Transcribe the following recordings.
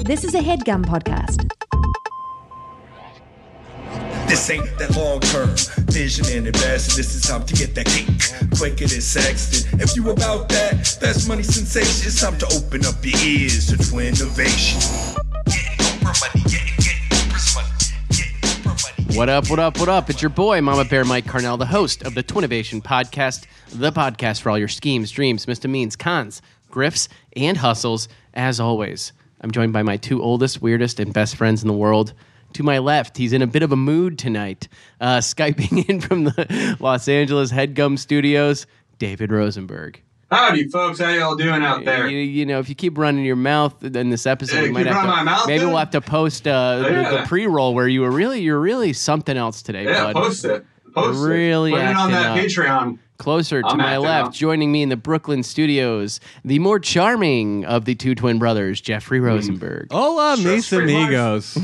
This is a headgum podcast. This ain't that long term vision and investing. This is time to get that cake quicker than Sexton. If you about that, that's money sensation. It's time to open up your ears to twin innovation. Getting Oprah money, getting, getting Oprah's money, getting Oprah money. What up, what up, what up? It's your boy, Mama Bear Mike Carnell, the host of the Twinnovation Podcast, the podcast for all your schemes, dreams, misdemeans, cons, grifts, and hustles. As always, I'm joined by my two oldest, weirdest, and best friends in the world. To my left, he's in a bit of a mood tonight, uh, Skyping in from the Los Angeles Headgum Studios, David Rosenberg. Howdy, folks. How y'all doing out there? You, you know, if you keep running your mouth in this episode, Hey, we might keep have to, running my mouth, maybe dude. we'll have to post uh, the- the, Yeah. pre-roll where you were really, you're really something else today, yeah, bud. post it. Post Really it. Put it acting on that up. Patreon. Closer to I'm my acting left, up. joining me in the Brooklyn studios, the more charming of the two twin brothers, Jeffrey Hmm. Rosenberg. Hola, mis Stress-free life. amigos.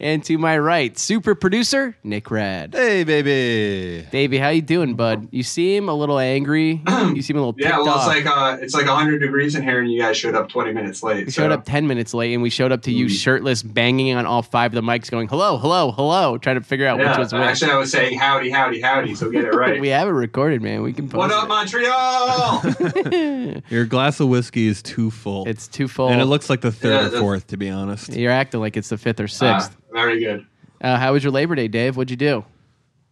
And to my right, super producer, Nick Rad. hey, baby. Davey, how you doing, bud? You seem a little angry. you seem a little Yeah, ticked well, off. it's like uh, it's like 100 degrees in here, and you guys showed up 20 minutes late. we so. showed up 10 minutes late and we showed up to Hmm. you shirtless, banging on all five of the mics, going, hello, hello, hello, trying to figure out which Yeah, was which. actually, I was saying howdy, howdy, howdy. So get it right. we have it recorded, man. We can post what it. up, Montreal? Your glass of whiskey is too full. It's too full. and it looks like the Yeah, third or that's- fourth, to be honest. You're acting like it's the fifth or Ah, sixth. very good. Uh, how was your Labor Day, Dave? What'd you do?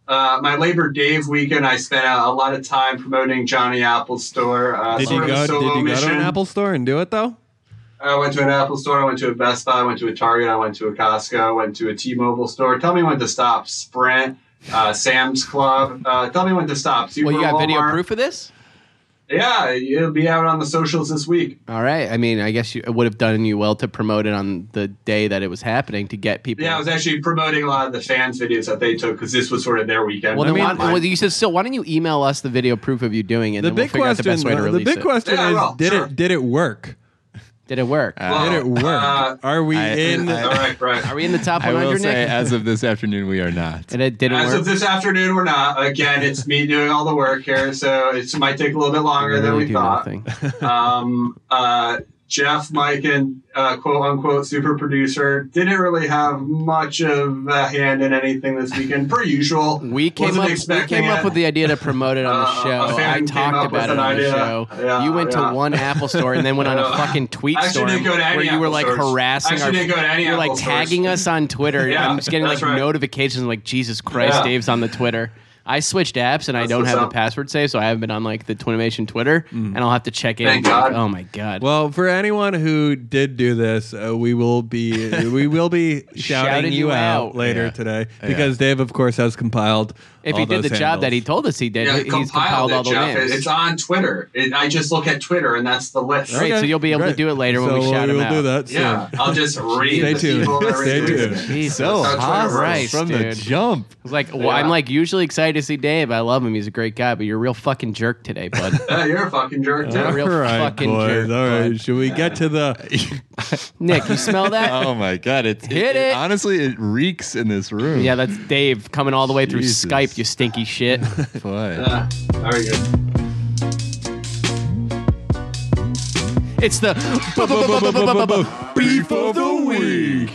Uh, my Labor Day weekend, I spent a lot of time promoting Johnny Apple's store. Uh, Did you sort of a go? Did solo you go to mission. an Apple store and do it though? I went to an Apple store. I went to a Best Buy. I went to a Target. I went to a Costco. I went to a T-Mobile store. Tell me when to stop. Sprint, uh, Sam's Club. Uh, tell me when to stop. Super Well, you got video Walmart. proof of this? Yeah, it'll be out on the socials this week. All right. I mean, I guess you, it would have done you well to promote it on the day that it was happening to get people. Yeah, I was actually promoting a lot of the fans' videos that they took because this was sort of their weekend. well, then I why, mean, well, you said so. Why don't you email us the video proof of you doing it? The then we'll big figure out the question. best way to The, release big it. question Yeah, is: well, Did sure. it? Did it work? Did it work? Well, did it work? uh, Are we I- in? I- all right, right. Are we in the top I will 100, say, Nick? as of this afternoon, we are not. and it didn't As work. of this afternoon, we're not. Again, it's me doing all the work here, so it might take a little bit longer than Really we do thought. nothing. um, uh, Jeff, Mike, and uh, quote unquote super producer didn't really have much of a hand in anything this weekend, per usual. We came Wasn't up. We expecting came up it. with the idea to promote it on the Uh, show. a fan I came talked up with about it an on the idea. show. Yeah, you went yeah. to one Apple store and then went on a Uh, fucking tweet I actually storm didn't go to any where you were Apple like stores. I harassing actually our. didn't go to any you were like Apple stores. tagging us on Twitter. Yeah, I'm just getting like that's right. notifications like Jesus Christ, Yeah. Dave's on the Twitter. I switched apps and I That's don't what's have the up. Mm. password saved, so I haven't been on like the Twinimation Twitter, and I'll have to check in. Thank and be like, God. oh my god! Well, for anyone who did do this, uh, we will be we will be shouting Shouted you you out, out. later Yeah. today because Dave, of course, has compiled. if he all did the those job that he handles. told us he did, Yeah, he- it he's compiled it, all the Jeff. names. It- It's on Twitter. It, I just look at Twitter, and that's the list. Right, so you'll be able to do it later when So we shout him will out. do that. Yeah, soon. I'll just read Stay the tuned. people that Stay read tuned. it. Jesus So hot Christ, from the dude. jump. It's like well, I'm Yeah. like usually excited to see Dave. I love him. He's a great guy, but you're a real fucking jerk today, bud. Yeah, you're a fucking jerk, too. Yeah, real fucking boys. jerk, All right, bud. should we get to the? Nick, you smell that? Oh my god! It's Hit it. Honestly, it reeks in this room. yeah, that's Dave coming all the way through Jesus. Skype. You stinky shit. Boy. Yeah, very good. It's the bu- bu- bu- bu- bu- bu- bu- bu- Beef of the week.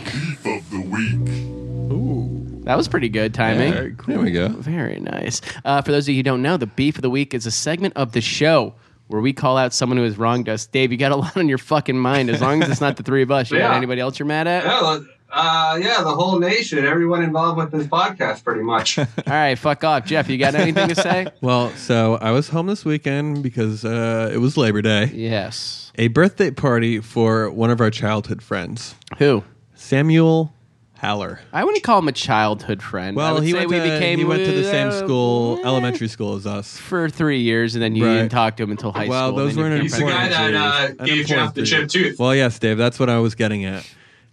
that was pretty good timing. All right, There we go. Very nice. Uh, for those of you who don't know, the beef of the week is a segment of the show where we call out someone who has wronged us. Dave, you got a lot on your fucking mind. As long as it's not the three of us, you got Yeah. anybody else you're mad at? Yeah, well, uh, yeah, the whole nation, everyone involved with this podcast, pretty much. All right, fuck off, Jeff. You got anything to say? Well, so I was home this weekend because uh, it was Labor Day. yes. A birthday party for one of our childhood friends, Who? Samuel Haller. I wouldn't call him a childhood friend. I Well, would he say went, we to, became he went to the same uh, school, eh, elementary school as us. for three years, and then you Right. didn't talk to him until high Well, school. those then you became weren't He's the important. guy friends. that uh, An gave Jeff important the theory. chip tooth. Well, yes, Dave, that's what I was getting at.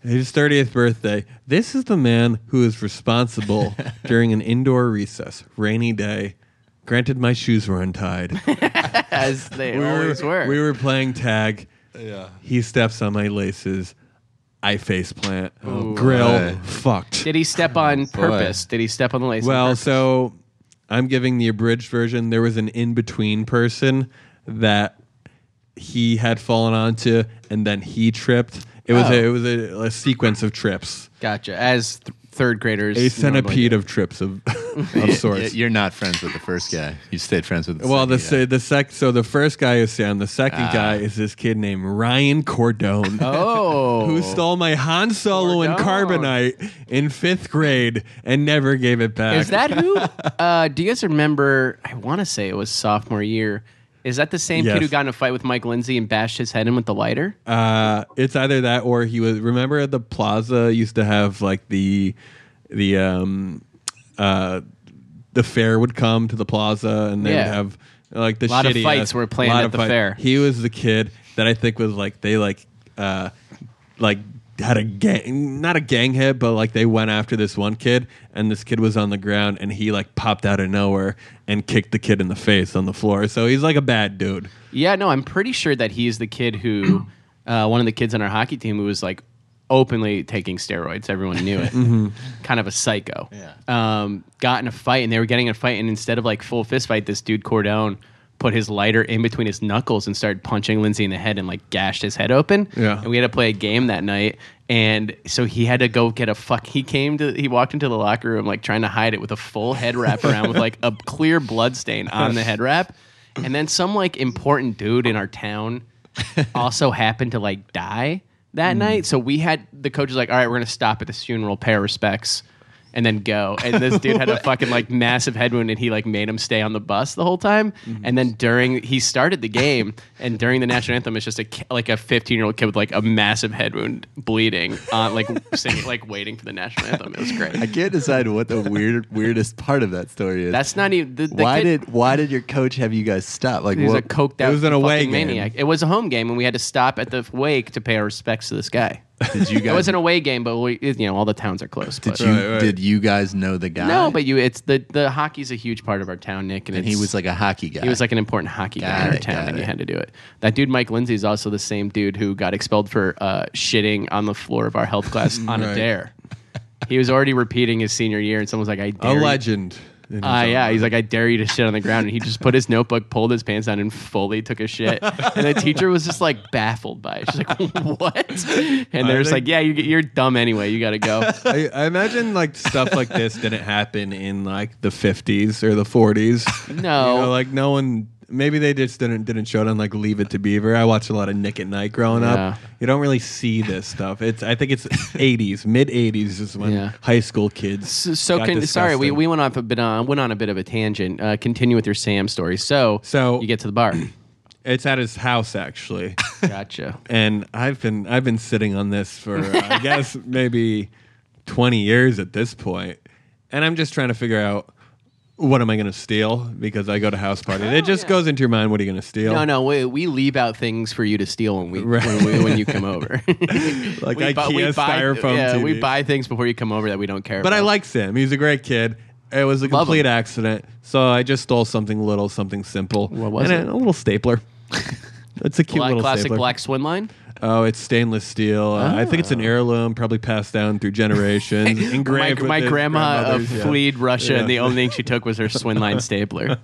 His 30th birthday. This is the man who is responsible during an indoor recess, rainy day. Granted, my shoes were untied. as they always were. we were playing tag. Yeah. He steps on my laces. I face plant. Grill Boy. fucked. Did he step on purpose? Did he step on the lace? on Oh, well, purpose? so I'm giving the abridged version. There was an in between person that he had fallen onto, and then he tripped, It was Oh. a, it was a, a sequence of trips, Gotcha. As th- third graders, a normally centipede do. of trips of Y- of y- sorts. You're not friends with the first guy. You stayed friends with the well, the second guy. se- the sec so the first guy is Sam. The second Ah. guy is this kid named Ryan Cordone. Oh, Who stole my Han Solo and Cordone. Carbonite in fifth grade and never gave it back? Is that who? Uh, do you guys remember? I want to say it was sophomore year. Is that the same Yes. kid who got in a fight with Mike Lindsay and bashed his head in with the lighter? Uh, it's either that or he was. Remember the plaza used to have like the the um uh the fair would come to the plaza and they Yeah. would have like the Lot of shitty fights ass- were planned lot at of the fight- fair. He was the kid that I think was like they like uh like had a gang not a gang hit but like they went after this one kid and this kid was on the ground and he like popped out of nowhere and kicked the kid in the face on the floor so he's like a bad dude yeah, no, I'm pretty sure that he is the kid who, uh, one of the kids on our hockey team who was like openly taking steroids. Everyone knew it. Kind of a psycho. Yeah. Um, got in a fight and they were getting in a fight, and instead of like full fist fight, this dude Cordone put his lighter in between his knuckles and started punching Lindsay in the head and like gashed his head open. Yeah. And we had to play a game that night. And so he had to go get a fuck. He came to, he walked into the locker room like trying to hide it with a full head wrap around with like a clear blood stain on the head wrap. And then some like important dude in our town also happened to like die that night. So we had the coach was like, all right, we're going to stop at this funeral, pay our respects, and then go. And this dude had a fucking like massive head wound and he like made him stay on the bus the whole time. Mm-hmm. And then during, he started the game and during the national anthem, it's just a ki- like a 15 year old kid with like a massive head wound bleeding on like singing, like waiting for the national anthem. It was I great. can't decide what the weird weirdest part of that story is. That's not even, the, the why kid- did why did your coach have you guys stop? Like He's what? a coked out was an away fucking game. maniac. It was a home game, and we had to stop at the wake to pay our respects to this guy. did you It was guys an away game, but we, you know, all the towns are close. did but- you Right, right. did you guys know the guy? No, but you, it's the the hockey's a huge part of our town, Nick, and, and it's- he was like a hockey guy. he was like an important hockey guy in Got our it, town, got and you it. had to do it. That dude, Mike Lindsay, is also the same dude who got expelled for uh, shitting on the floor of our health class on a Right. dare. He was already repeating his senior year, and someone was like, "I a dare." you- legend in his Ah, own yeah. right. He's like, I dare you to shit on the ground. And he just put his notebook, pulled his pants down, and fully took a shit. And the teacher was just like baffled by it. She's like, what? And they're just think- like, yeah, you, you're dumb anyway. You got to go. I, I imagine like stuff like this didn't happen in like the 50s or the 40s. No. You know, like no one. Maybe they just didn't didn't show it on like Leave It to Beaver. I watched a lot of Nick at Night growing Yeah. up. You don't really see this stuff. It's I think it's 80s, mid 80s is when Yeah. high school kids. So, so got can, sorry, we, disgusting. we went off a bit on went on a bit of a tangent. Uh, continue with your Sam story. So, So- you get to the bar. It's at his house actually, gotcha. and I've been I've been sitting on this for uh, I guess maybe 20 years at this point, and I'm just trying to figure out. What am I going to steal? Because I go to house parties. it just goes into your mind. What are you going to steal? Oh, No, no, we, we leave out things for you to steal when we, when, we when you come over. like we, bu- IKEA we buy, styrofoam yeah, TV. we buy things before you come over that we don't care. But I about. like Sam. He's a great kid. It was a Love him. complete accident. So I just stole something little, something simple. What was it? And A, a little stapler. it's a cute Black- little classic stapler. black swin line. Oh, it's stainless steel. Uh, I think it's an heirloom, probably passed down through generations. engraved with Oh. my, my his grandma uh, grandmother's, yeah. fleed Russia, and the Yeah. only thing she took was her Swinline stapler.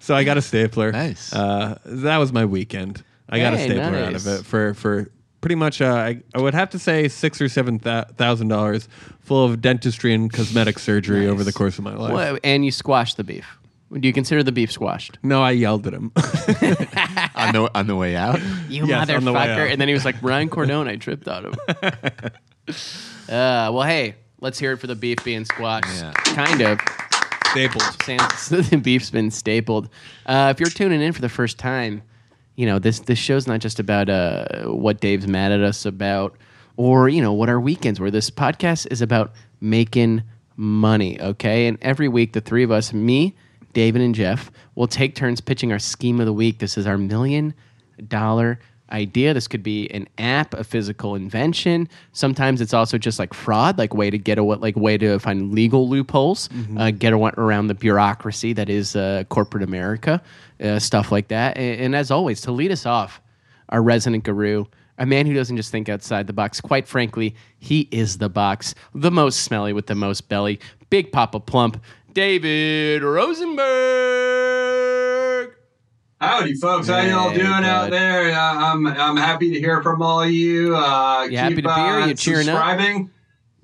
So I got a stapler. Nice. Uh, that was my weekend. I got a Hey, stapler out nice. of it for for pretty much uh, I I would have to say six or seven thousand dollars, full of dentistry and cosmetic surgery over the course of my life. Well, and you squashed the beef. Do you consider the beef squashed? No, I yelled at him. on the on the way out. You Yes, on the way out. motherfucker! And then he was like, "Ryan Cordone, I tripped on him." uh, well, hey, let's hear it for the beef being squashed. Yeah. Kind of. Stapled. Sam's, the beef's been stapled. Uh, if you're tuning in for the first time, you know this this show's not just about uh, what Dave's mad at us about, or you know what our weekends were. This podcast is about making money, okay? And every week, the three of us, me, David, and Jeff, will take turns pitching our scheme of the week. This is our million dollar idea. This could be an app, a physical invention. Sometimes it's also just like fraud, like way to get away, like way to find legal loopholes, uh, get awa- around the bureaucracy that is uh, corporate America, uh, stuff like that. A- And, as always, to lead us off, our resident guru. A man who doesn't just think outside the box. Quite frankly, he is the box. The most smelly with the most belly. Big Papa Plump. David Rosenberg. Howdy, folks! How y'all Hey, doing out bud. there? Uh, I'm I'm happy to hear from all of you. Uh, You happy to be here? uh, You cheering up? subscribing.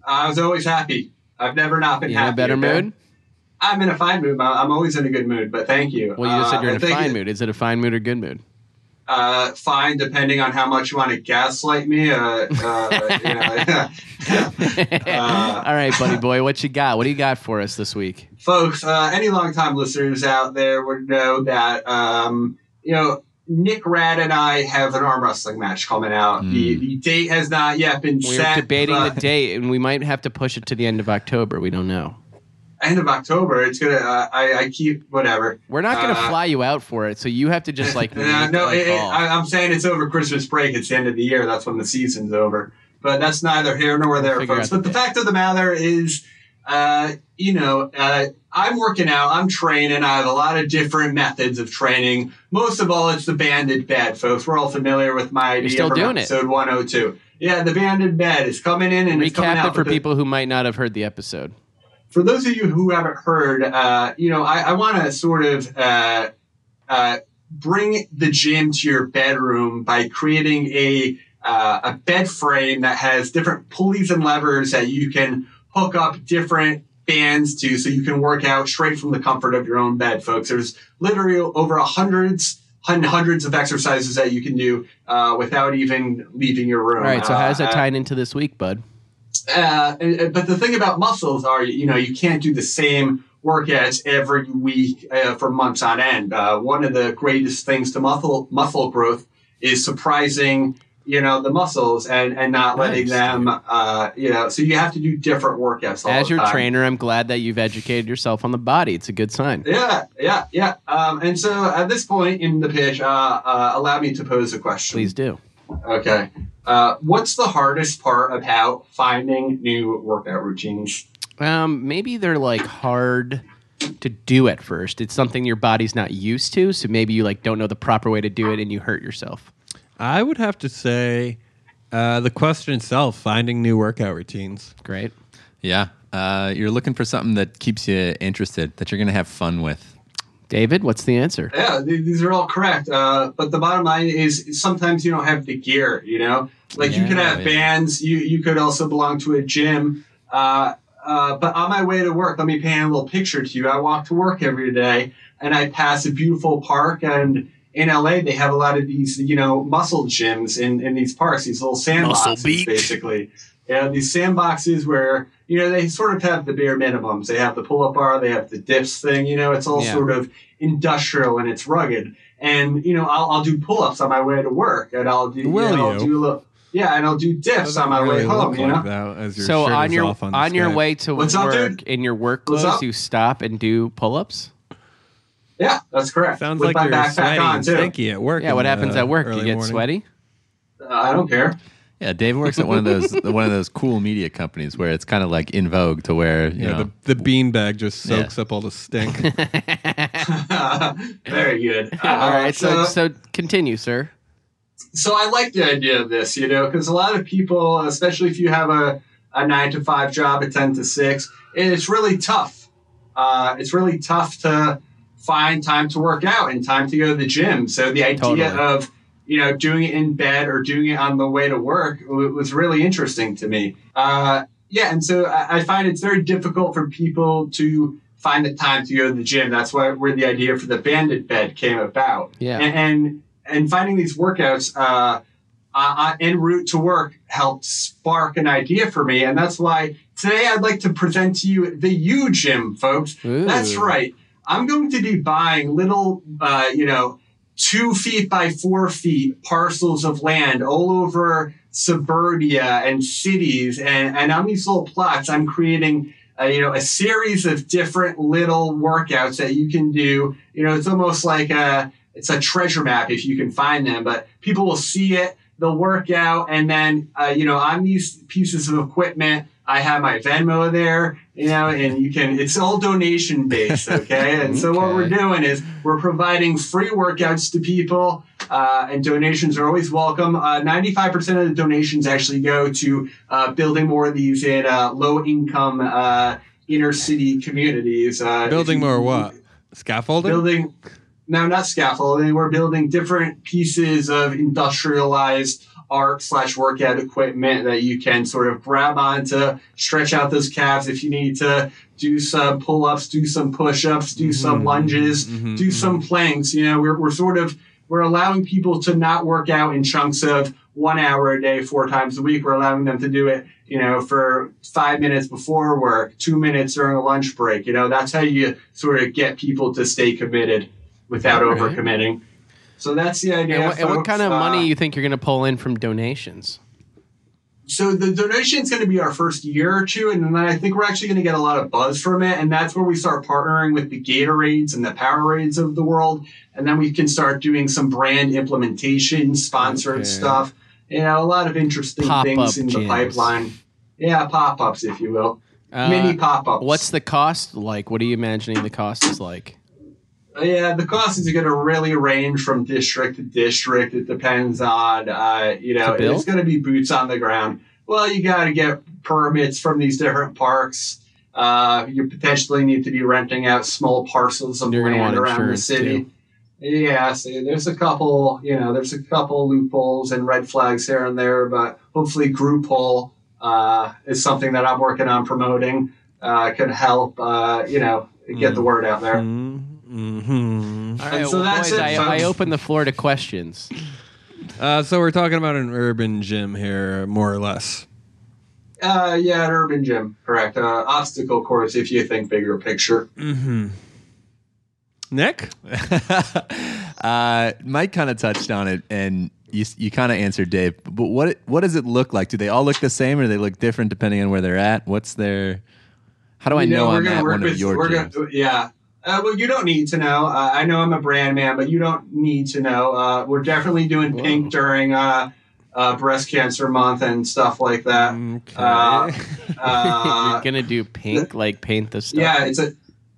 I was always happy. I've never not been You in happy. a better okay? mood? I'm in a fine mood. I'm I'm always in a good mood, but thank you. Well, you just Uh, said you're in a thank fine you- mood. Is it a fine mood or good mood? Uh, fine, depending on how much you want to gaslight me. Uh, uh, you know, Uh, All right, buddy boy, what you got? What do you got for us this week? folks, uh, any longtime listeners out there would know that um, you know Nick Rad and I have an arm wrestling match coming out. The, the date has not yet been We set. are Hmm. debating the but date, and we might have to push it to the end of October. We don't know. End of October. It's gonna. Uh, I, I keep whatever. We're not going to Uh, fly you out for it, so you have to just like. Yeah, make no, a it, it, call. I, I'm saying it's over Christmas break. It's the end of the year. That's when the season's over. But that's neither here nor there, Figure folks. out the But the day. fact of the matter is, uh, you know, uh, I'm working out. I'm training. I have a lot of different methods of training. Most of all, it's the banded bed, folks. We're all familiar with my idea still from doing it. episode 102. Yeah, the banded bed is coming in and it's coming Recap out. it for but the- people who might not have heard the episode. for those of you who haven't heard, uh, you know, I, I want to sort of uh, uh, bring the gym to your bedroom by creating a uh, a bed frame that has different pulleys and levers that you can hook up different bands to, so you can work out straight from the comfort of your own bed, folks. There's literally over hundreds. hun- Hundreds of exercises that you can do uh, without even leaving your room. All right, so Uh, how's that uh, tying into this week, bud? uh, but the thing about muscles are, you know, you can't do the same workouts every week uh, for months on end. Uh, one of the greatest things to muscle muscle growth is surprising, you know, the muscles and and not letting Nice, them, uh, you know. So you have to do different workouts. All As the your time. trainer, I'm glad that you've educated yourself on the body. It's a good sign. Yeah, yeah, yeah. Um, and so at this point in the pitch, uh, uh, allow me to pose a question. Please do. Okay. Uh, what's the hardest part about finding new workout routines? Um, maybe they're like hard to do at first. It's something your body's not used to, so maybe you like don't know the proper way to do it, and you hurt yourself. I would have to say uh, the question itself, finding new workout routines. Great. Yeah. Uh, you're looking for something that keeps you interested, that you're going to have fun with. David, what's the answer? Yeah, th- these are all correct. Uh, but the bottom line is sometimes you don't have the gear, you know? Like you could Yeah, have yeah. bands, you, you could also belong to a gym. Uh, uh, but on my way to work, let me paint a little picture to you. I walk to work every day and I pass a beautiful park. And in LA, they have a lot of these, you know, muscle gyms in, in these parks, these little Muscle sandboxes, beach. basically. Yeah, these sandboxes where, you know, they sort of have the bare minimums. They have the pull up bar, they have the dips thing, you know, it's all Yeah. sort of industrial and it's rugged. And you know, I'll, I'll do pull-ups on my way to work, and I'll do Will and I'll you? do a little, yeah, and I'll do dips on my way home. You know, so on your on, your way to What's up, work dude? in your work What's clothes, up? you stop and do pull-ups. yeah, that's correct. sounds With like my you're backpack sweaty on and too. stinky at work. Yeah, what in happens the at work? You early get morning. sweaty. Uh, I don't care. Yeah, Dave works at one of those one of those cool media companies where it's kind of like in vogue to wear you Yeah, know the the beanbag just soaks Yeah. up all the stink. Very good. Uh, All right, so so, so continue, sir. so I like the idea of this, you know, because a lot of people, especially if you have a, a nine to five job, a ten to six, it's really tough. Uh, it's really tough to find time to work out and time to go to the gym. So the idea Totally. of you know doing it in bed or doing it on the way to work w- was really interesting to me. Uh, yeah, and so I, I find it's very difficult for people to find the time to go to the gym. That's why where the idea for the bandit bed came about. Yeah. and and, and finding these workouts. Uh, uh, en route to work helped spark an idea for me. And that's why today I'd like to present to you the U Gym, folks. Ooh. That's right. I'm going to be buying little, uh, you know, two feet by four feet parcels of land all over suburbia and cities. And, and on these little plots, I'm creating. Uh, you know, a series of different little workouts that you can do. You know, it's almost like a it's a treasure map if you can find them. But people will see it, they'll work out, and then uh, you know on these pieces of equipment, I have my Venmo there, you know, and you can. It's all donation based, okay? And so what we're Okay. doing is we're providing free workouts to people. Uh, and donations are always welcome. Uh, 95% of the donations actually go to uh, building more of these in uh, low income uh, inner city communities. Uh, if Building you- more what? Scaffolding? building no, not scaffold. They were building different pieces of industrialized art slash workout equipment that you can sort of grab onto, stretch out those calves if you need to do some pull ups, do some push ups, do some lunges, Mm-hmm. do some planks. You know, we're, we're sort of we're allowing people to not work out in chunks of one hour a day, four times a week. We're allowing them to do it, you know, for five minutes before work, two minutes during a lunch break. You know, that's how you sort of get people to stay committed without overcommitting. So that's the idea. and, what, and what folks. kind of Uh, money you think you're going to pull in from donations? so the donation is going to be our first year or two, and then I think we're actually going to get a lot of buzz from it, and that's where we start partnering with the Gatorades and the Powerades of the world, and then we can start doing some brand implementation, sponsored stuff, you know, a lot of interesting Pop-up things in the gyms. pipeline. Yeah, pop ups, if you will, Uh, mini pop ups. What's the cost like? What are you imagining the cost is like? Yeah, the cost is going to really range from district to district. It depends on, uh, you know, To build? it's going to be boots on the ground. Well, you got to get permits from these different parks. Uh, you potentially need to be renting out small parcels of You're gonna land want around the insurance, city. too. Yeah, so there's a couple, you know, there's a couple loopholes and red flags here and there, but hopefully group hole uh, is something that I'm working on promoting. Uh, could help, uh, you know, get Mm. the word out there. Mm-hmm. All And right, so well, that's boys, it, I, folks. I open the floor to questions. Uh, so we're talking about an urban gym here, more or less. Uh, yeah, an urban gym, correct. Uh, obstacle course, if you think bigger picture. Nick, uh, Mike kind of touched on it, and you you kind of answered Dave. But what what does it look like? Do they all look the same, or they look different depending on where they're at? What's their how do Oh, I You know, we're I'm gonna at work one with, of your we're gyms? Gonna, yeah. Uh, well, you don't need to know. Uh, I know I'm a brand man, but you don't need to know. Uh, we're definitely doing pink during uh, uh, breast cancer month and stuff like that. Mm. Uh, uh, You're gonna do pink, like paint the stuff. yeah, it's a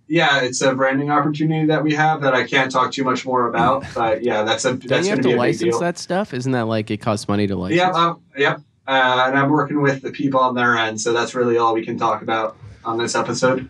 yeah, it's a branding opportunity that we have that I can't talk too much more about. But yeah, that's a Don't that's you have going be to a big license deal. that stuff? Isn't that like it costs money to license? Yep, I'm, yep. um, Uh, and I'm working with the people on their end, so that's really all we can talk about on this episode.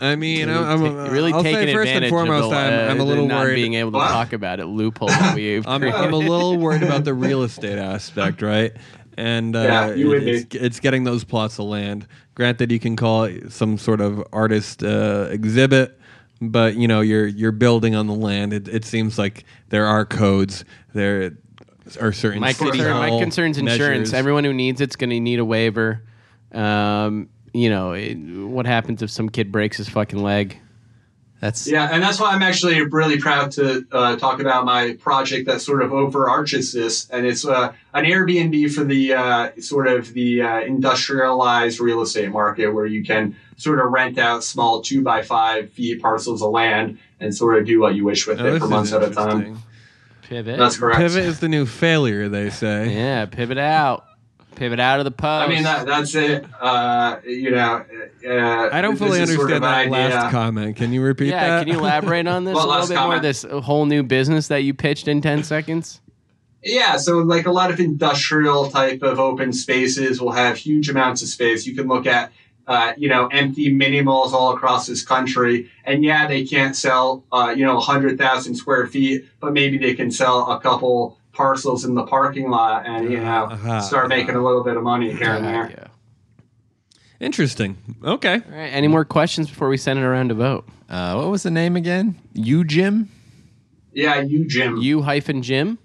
I mean, Really I'm, ta- I'm really I'll taking say first advantage and foremost, of the, I'm, uh, I'm a little the not worried. being able to What? talk about it loophole that we've I'm, created. I'm a little worried about the real estate aspect, right? And uh, Yeah, you would be. it's, it's getting those plots of land. Granted, you can call it some sort of artist uh, exhibit, but you know you're you're building on the land. It, it seems like there are codes there are certain. my city concern, my hall concern's insurance. measures. Everyone who needs it's going to need a waiver. Um, you know, it, what happens if some kid breaks his fucking leg? That's Yeah, and that's why I'm actually really proud to uh, talk about my project that sort of overarches this, and it's uh, an Airbnb for the uh, sort of the uh, industrialized real estate market where you can sort of rent out small two by five feet parcels of land and sort of do what you wish with Oh, it this for is months at a time. interesting. Pivot. That's correct. Pivot is the new failure, they say. yeah, pivot out. Pivot out of the post. I mean, that, that's it. Uh, you know, uh, I don't this fully is understand sort of an that last idea. comment. Can you repeat yeah, that? can you elaborate on this One a little last bit more? comment. This whole new business that you pitched in ten seconds. Yeah, so like a lot of industrial type of open spaces will have huge amounts of space. You can look at, uh, you know, empty mini malls all across this country, and yeah, they can't sell, uh, you know, hundred thousand square feet, but maybe they can sell a couple parcels in the parking lot and you know Uh-huh, start making a little bit of money here and Uh, there. yeah. Interesting. Okay. All right. Any more questions before we send it around to vote? uh, what was the name again? You Jim? Yeah, you, Jim. You hyphen Jim.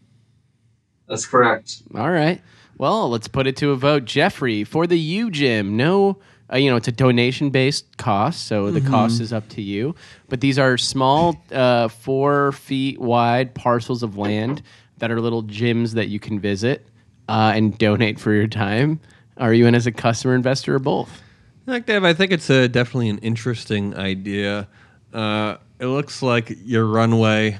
That's correct. All right. Well, let's put it to a vote, Jeffrey, for the U Gym. No, uh, you know it's a donation based cost, so the cost is up to you. But these are small, uh, four feet wide parcels of land that are little gyms that you can visit uh, and donate for your time. Are you in as a customer, investor, or both? Like Dave, I think it's a, definitely an interesting idea. Uh, it looks like your runway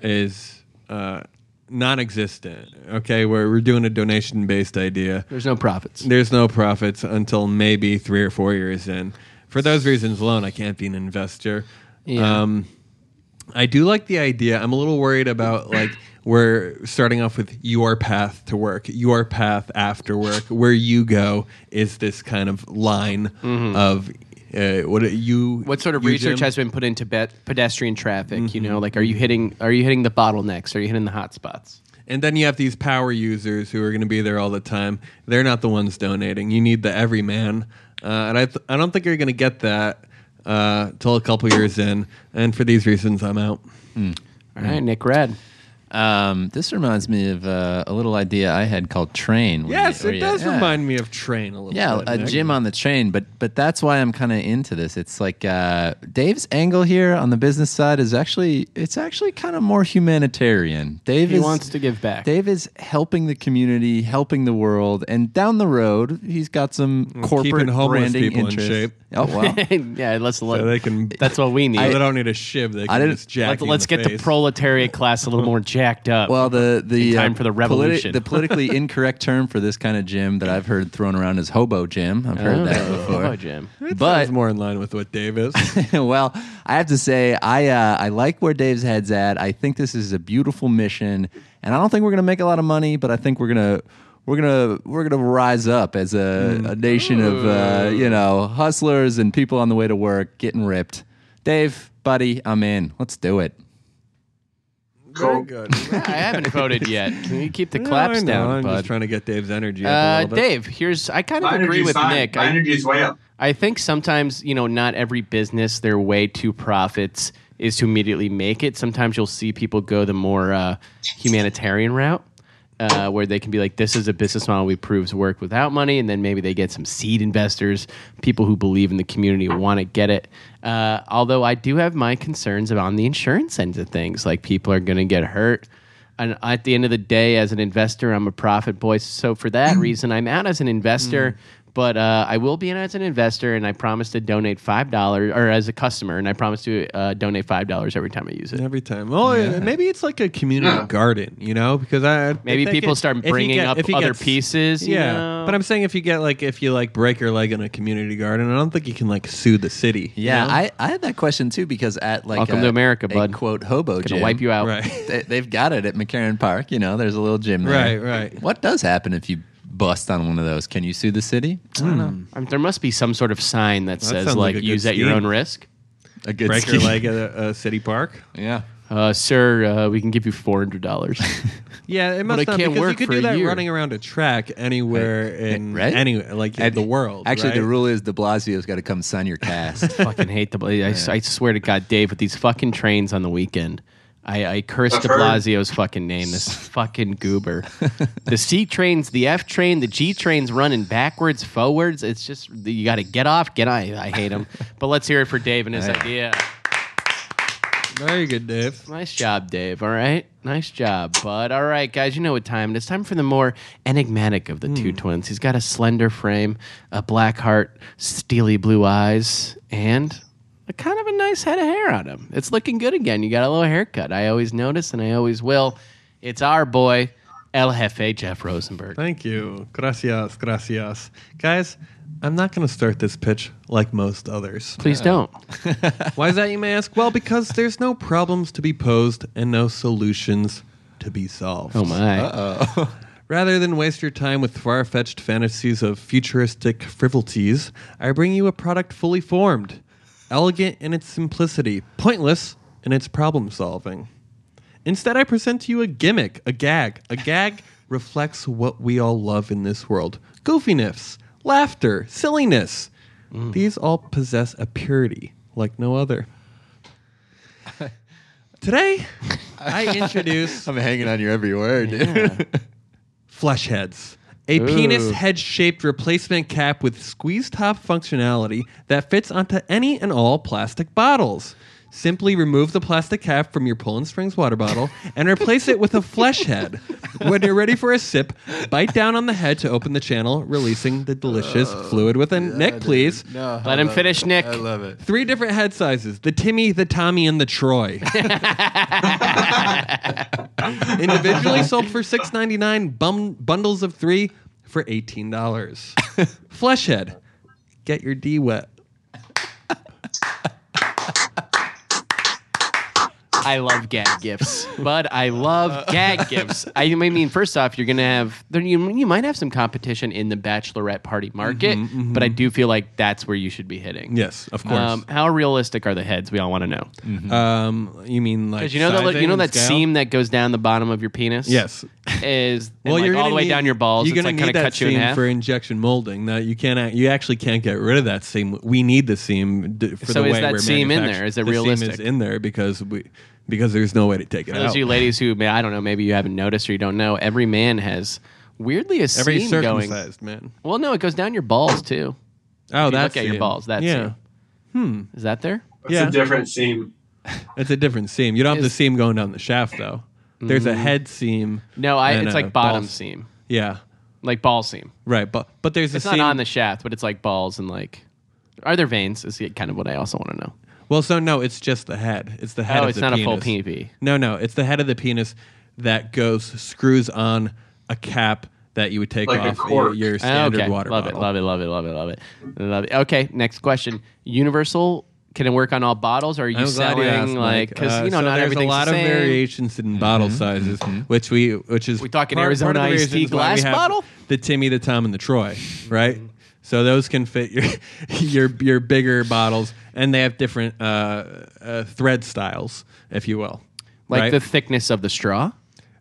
is uh, non-existent. Okay, where we're doing a donation-based idea. There's no profits. There's no profits until maybe three or four years in. For those reasons alone, I can't be an investor. Yeah. Um, I do like the idea. I'm a little worried about like we're starting off with your path to work, your path after work, where you go is this kind of line of Uh, what do you? Mm-hmm. What sort of you, research Jim? has been put into bet pedestrian traffic? You know, like are you hitting are you hitting the bottlenecks? Are you hitting the hot spots? And then you have these power users who are going to be there all the time. They're not the ones donating. You need the everyman, uh, and I th- I don't think you're going to get that uh, till a couple years in. And for these reasons, I'm out. All right, Nick Red. Um, this reminds me of uh, a little idea I had called train. where Yes, you- it where you- does yeah. remind me of Train a little. Yeah, uh, bit, a Nick. gym on the train, but but that's why I'm kind of into this. It's like uh, Dave's angle here on the business side is actually it's actually kind of more humanitarian. Dave He is- wants to give back. Dave is helping the community, helping the world, and down the road he's got some corporate keeping homeless branding people in interests. shape. Oh wow. yeah, let's let So they can. That's what we need. so they don't need a shiv. They can didn't- just jack Let, you in us the get the face. proletariat class a little more jacked up. Well, the the uh, In time for the revolution. the politically incorrect term for this kind of gym that I've heard thrown around is hobo gym. I've heard that before. Oh, Jim. But That's more in line with what Dave is. well, I have to say, I uh, I like where Dave's head's at. I think this is a beautiful mission, and I don't think we're gonna make a lot of money, but I think we're gonna we're gonna we're gonna rise up as Hmm. a, a nation of uh, you know hustlers and people on the way to work getting ripped. Dave, buddy, I'm in. Let's do it. Go. I haven't voted yet. Can you keep the No, claps I know, down, I'm bud? just trying to get Dave's energy. up a Uh, little bit. Dave, here's I kind of My agree energy's with fine. Nick. My I, energy's way up. I think sometimes you know not every business their way to profits is to immediately make it. Sometimes you'll see people go the more uh, humanitarian route. Uh, where they can be like, this is a business model we proves work without money, and then maybe they get some seed investors, people who believe in the community and want to get it. Uh, although I do have my concerns about the insurance end of things, like people are going to get hurt and at the end of the day, as an investor, I'm a profit boy. So for that Mm. reason, I'm out as an investor. But uh, I will be in as an investor, and I promise to donate five dollars, or as a customer, and I promise to uh, donate five dollars every time I use it. Every time. Well, yeah, maybe it's like a community Yeah. garden, you know, because I I Maybe think people it- start if you bringing get- up if you other get s- pieces. you Yeah, know? but I'm saying if you get like if you like break your leg in a community garden, I don't think you can like sue the city. you Yeah, know? I, I had that question too because at like Welcome a- to America, a bud. quote hobo gonna gym, wipe you out. right, They, they've got it at McCarran Park. You know, there's a little gym right, there. right. What does happen if you bust on one of those? Can you sue the city? Um, there must be some sort of sign that, says Mm. sounds like, like a good use at your scheme. own risk. A good Break your scheme. leg at a, a city park. Yeah. Uh, sir, uh, we can give you four hundred dollars. Yeah, it must it not can't because work you could for do a that year. running around a track anywhere in right? anywhere like in the world. Actually, the right? rule is De Blasio's got to come sign your cast. fucking hate the. I, I swear to God, Dave, with these fucking trains on the weekend, I, I curse I've De heard. Blasio's fucking name. This fucking goober. the C trains, the F train, the G trains running backwards, forwards. It's just you got to get off, get on. I hate him. but let's hear it for Dave and his idea. Very good, Dave. Nice job, Dave. All right. Nice job, bud. All right, guys, you know what time it is. Time for the more enigmatic of the two twins. He's got a slender frame, a black heart, steely blue eyes, and a kind of a nice head of hair on him. It's looking good again. You got a little haircut. I always notice and I always will. It's our boy, El Jefe Jeff Rosenberg. Thank you. Gracias, gracias. Guys, I'm not going to start this pitch like most others. Please don't. Why is that, you may ask? Well, because there's no problems to be posed and no solutions to be solved. Oh, my. Rather than waste your time with far fetched fantasies of futuristic frivolities, I bring you a product fully formed, elegant in its simplicity, pointless in its problem solving. Instead, I present to you a gimmick, a gag. A gag reflects what we all love in this world goofiness, laughter, silliness. These all possess a purity like no other. Today, I introduce I'm hanging on your every word. dude. flesh heads. A penis head shaped replacement cap with squeeze top functionality that fits onto any and all plastic bottles. Simply remove the plastic cap from your Poland Springs water bottle and replace it with a flesh head. When you're ready for a sip, bite down on the head to open the channel, releasing the delicious fluid within. Nick, please. Let him finish, Nick. it. Three different head sizes the Timmy, the Tommy, and the Troy. Individually sold for six ninety nine, bum- bundles of three for $18. Fleshhead, get your D wet. I love gag gifts, but I Uh, love gag gifts. I mean, first off, you're gonna have there. You, you might have some competition in the bachelorette party market, but I do feel like that's where you should be hitting. Mm-hmm, Yes, of course. Um, how realistic are the heads? We all want to know Um, you mean like because you know that sizing you know and that scale? seam that goes down the bottom of your penis. Yes. is well, like, all gonna the way need- down your balls. You're it's gonna like need kind of that cuts you in seam half. for injection molding. That you can't. act- You actually can't get rid of that seam. We need the seam d- for So the is way that we're seam in manufactured. there? Is it the Seam is realistic? in there because we because there's no way to take it For those out. of you ladies who may I don't know, maybe you haven't noticed or you don't know, every man has weirdly a Every seam going. circumcised man. Well, no, it goes down your balls too. Oh, you that's look at your seam. balls, that yeah, seam. Is that there? What's Yeah. the difference seem? it's a different seam. You don't have the Is- Mm. seam going down the shaft though. There's a head seam. No, I, and it's a like bottom balls- seam, Yeah, like ball seam. right. But but there's It's a seam not on the shaft, but it's like balls and like. Are there veins? Is kind of what I also want to know. Well, so no, it's just the head. It's the head. Oh, of it's the not a penis. full PV. No, no, it's the head of the penis that goes screws on a cap that you would take Like a off your, cork. your standard Ah, okay, water love bottle. it, love it, love it, love it, love it, love it. Okay, next question. Universal can it work on all bottles? Or are you I'm glad you selling asked, like Mike. because Uh, you know so not there's everything's a lot the of same. Mm-hmm. variations in bottle sizes, which we which is We talking part- part of Arizona the iced tea reasons why we glass have bottle? Mm-hmm. the Timmy, the Tom, and the Troy, right? So those can fit your your your bigger bottles, and they have different uh, uh, thread styles, if you will, Like right? the thickness of the straw.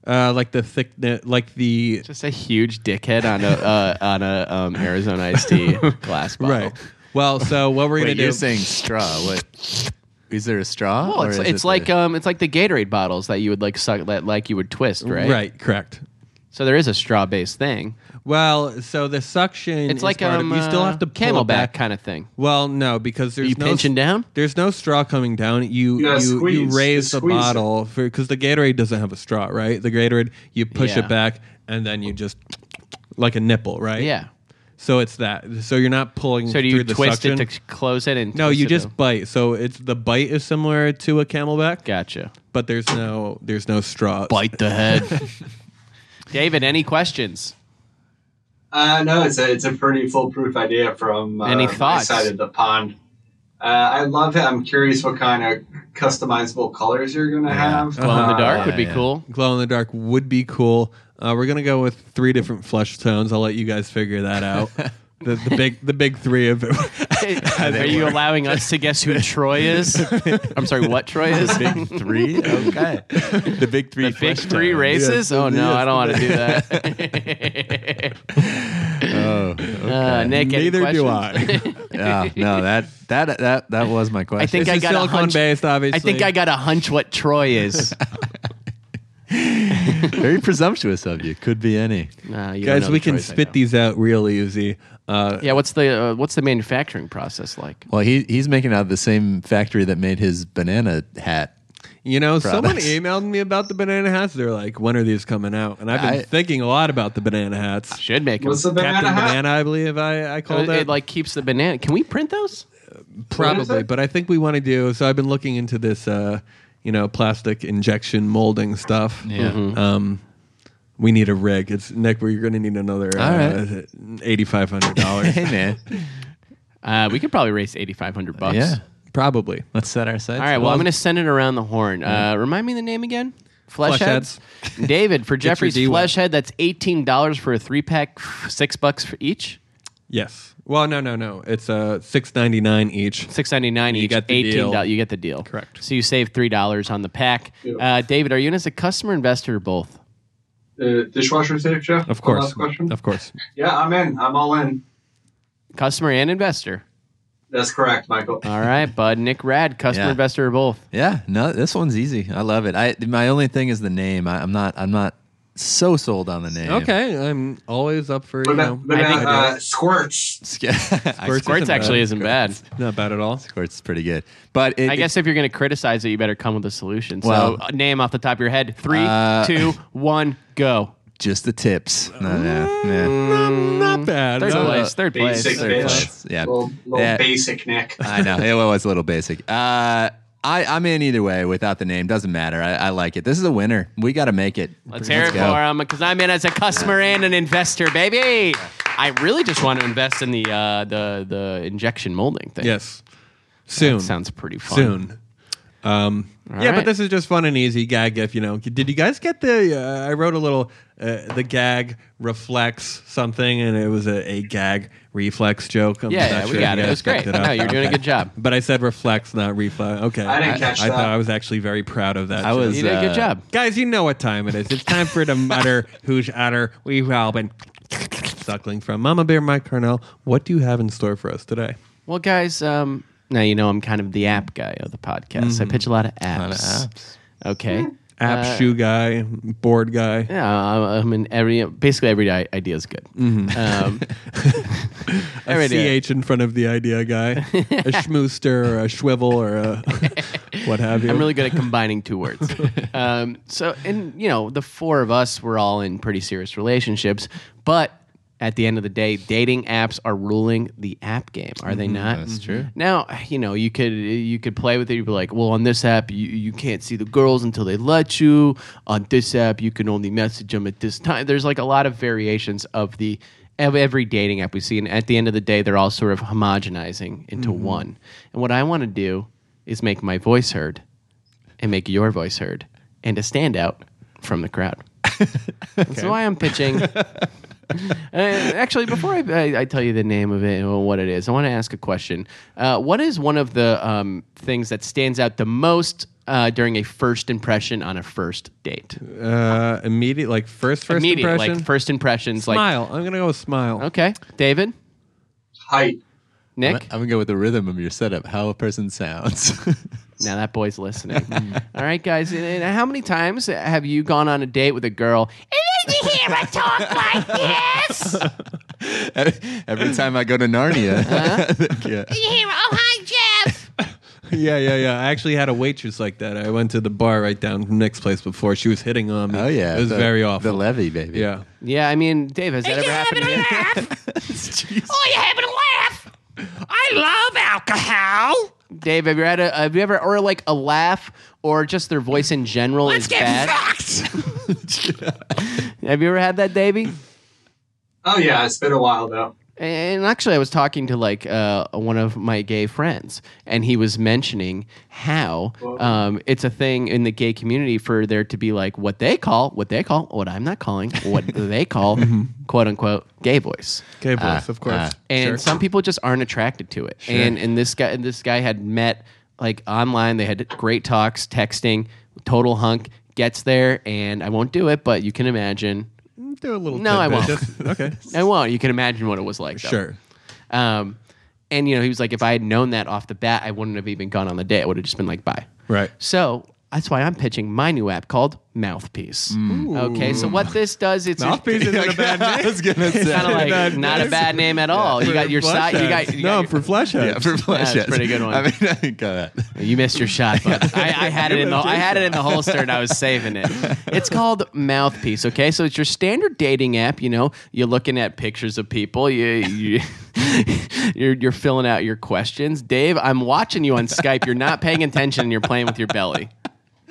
Uh, like the thick, like the Just a huge dickhead on a uh, on a um, Arizona iced tea glass bottle. right. Well, so what we're gonna Wait, do? you're saying straw? What? Is there a straw? Well, or it's, is it's it like the- um, it's like the Gatorade bottles that you would like suck that like you would twist, right? right, correct. So there is a straw based thing. Well, so the suction. It's is like part um, of, you still have to pull camelback back. kind of thing. Well, no, because there's you no pinching down? There's no straw coming down. You You you, gotta you, squeeze. raise Just the squeeze it. bottle for because the Gatorade doesn't have a straw, right? The Gatorade you push Yeah. it back and then you just like a nipple, right? Yeah. So it's that. So you're not pulling. So do you through the twist suction. it to close it and No, twist you it just to- bite. So it's the bite is similar to a camelback, gotcha. but there's no there's no straw. Bite the head. David, any questions? Uh, no, it's a it's a pretty foolproof idea from uh, Any my thoughts? side of the pond. Uh, I love it. I'm curious what kind of customizable colors you're going to have. Glow in the Uh, dark would be yeah. cool. glow in the dark would be cool. Uh, we're gonna go with three different flesh tones. I'll let you guys figure that out. the, the big the big three of Are you allowing us to guess who Troy is? I'm sorry, what Troy is? big three? Okay, the big The three. big flesh three tones. races? oh no, I don't want to do that. oh, uh, Nick, any Neither do questions? I. Yeah, Ah, no, that that that that was my question. I think This I is got a silicone hunch. based, obviously. I think I got a hunch what Troy is. very presumptuous of you. Could be any. Nah, you don't know guys. the We can Troys I know. spit these out real easy. Uh, Yeah, what's the uh, what's the manufacturing process like? Well, he he's making out of the same factory that made his banana hat. you know, someone Products. emailed me about the banana hats. They're like, when are these coming out? And I've been I- thinking a lot about the banana hats. Should make 'em. What's the banana Captain hat? Banana, I believe I, I So it, called it. it, like keeps the banana. Can we print those? What Probably, is it? but I think we want to do. So I've been looking into this, uh, you know, plastic injection molding stuff. Yeah. Um, we need a rig. It's Nick. We're going to need another uh, right. eighty five hundred dollars. Hey man, Uh, we could probably raise eighty five hundred bucks. yeah. Probably. Let's set our sights. All right. Well, I'm going to send it around the horn. Uh, remind me the name again. Flesh Flesh heads. David for Jeffrey's D one. flesh head. That's eighteen dollars for a three pack, six bucks for each. Yes. Well, no, no, no. It's uh six ninety nine each. Six ninety nine each. get the Eighteen deal. dollars. You get the deal. Correct. So you save three dollars on the pack. Uh, David, are you in as a customer, investor, or both? The dishwasher safe, Jeff? Of One course. Last question. Of course. Yeah, I'm in. I'm all in. Customer and investor. That's correct, Michael. All right, bud. Nick Rad, customer, Yeah. investor, or both. Yeah, no, this one's easy. I love it. I my only thing is the name. I, I'm not I'm not so sold on the name. Okay. I'm always up for What you know. about, what about ideas. uh, squirts? Squirt's, Squirts Isn't actually bad. isn't uh, bad. Not bad at all. Squirt's is pretty good, but it, I guess if you're going to criticize it, you better come with a solution. So, Well- uh, name off the top of your head. Three, two, one, Uh, go. it's just the tips. No, no, no. Mm, Not bad. Uh, Third No, no. place. Third place. Basic Third bitch. place, yeah. Little, little Yeah. basic Nick. I know it was a little basic. Uh, I I'm in either way without the name. Doesn't matter. I, I like it. This is a winner. We got to make it. Let's hear it for him because I'm in as a customer and an investor, baby. I really just want to invest in the uh, the the injection molding thing. Yes. Soon. sounds pretty fun. soon. Um, All yeah, right. but this is just fun and easy gag gif. You know, did you guys get the? Uh, I wrote a little. Uh, the gag reflects something, and it was a, a gag reflex joke. I'm Yeah, not yeah, we sure if got you it. It guys was great. picked it No, up. you're doing a Okay. good job. But I said reflex, not reflex. Okay, I didn't catch I that. thought I was actually very proud of that. I joke. was- You did a good Uh, job. Guys, you know what time it is. It's time for the mutter who's utter. We've all been suckling from Mama Bear Mike Carnell. What do you have in store for us today? Well, guys, um, now you know I'm kind of the app guy of the podcast. I pitch Mm. a lot of apps. Okay. App shoe guy, board guy. Uh, Yeah, I- I'm in every basically every i- idea is good. Um, every a idea. CH in front of the idea guy, a schmooster or a shwivel or a what have you. I'm really good at combining two words. Um, so, and you know, the four of us were all in pretty serious relationships, but at the end of the day, dating apps are ruling the app game, are they not? That's true. Now, you know, you could you could play with it. You'd be like, well, on this app, you, you can't see the girls until they let you. On this app, you can only message them at this time. There's like a lot of variations of the of every dating app we see, and at the end of the day, they're all sort of homogenizing into one. And what I want to do is make my voice heard and make your voice heard and to stand out from the crowd. That's why I'm pitching. Uh, actually, before I, I, I tell you the name of it and what it is, I want to ask a question. Uh, what is one of the um, things that stands out the most uh, during a first impression on a first date? uh, immediate, like first first Immediate, impression. like first impressions. smile. I'm gonna go with smile. Like, okay, David, Height. Nick. I'm gonna go with the rhythm of your setup, how a person sounds. Now that boy's listening. All right, guys. And, and how many times have you gone on a date with a girl? And then you hear her talk like this. Every time I go to Narnia, yeah. oh, Yeah, yeah, yeah. I actually had a waitress like that. I went to the bar right down from Nick's place before. She was hitting on me. oh yeah, it was the- very The awful. levy, baby. yeah. Yeah, I mean, Dave, has that ever happened to you? Oh, Dave, have you had a have you ever or like a laugh or just their voice in general is bad? have you ever had that, Davey? Oh yeah, it's been a while though. And actually, I was talking to like uh, one of my gay friends, and he was mentioning how um, it's a thing in the gay community for there to be like what they call, what they call, what I'm not calling, what they call, quote unquote, gay Uh, voice. Okay, boys, of course. and Mm-hmm. Sure. some people just aren't attracted to it. And and this guy and this guy had met like online. They had great talks, texting, total hunk. Gets there, and I won't do it, but you can imagine. do a little. No, I won't. tidbit. Just- okay. I won't. You can imagine what it was like. though. Sure. Um, and you know, he was like, if I had known that off the bat, I wouldn't have even gone on the date. I would have just been like, bye. Right. So that's why I'm pitching my new app called Mouthpiece. Okay. So what this does, it's Mm. Mouthpiece isn't a bad name. I was gonna say. kind of like bad not a name. bad name at all. You got your side. You got you no got for flesh yeah, for flesh. That's a pretty good one. I mean, I think uh, You missed your shot, bud. I, I had it in the I had it in the holster and I was saving it. It's called Mouthpiece. Okay, so it's your standard dating app. You know, you're looking at pictures of people. You, you you're you're filling out your questions. Dave, I'm watching you on Skype. You're not paying attention. and You're playing with your belly.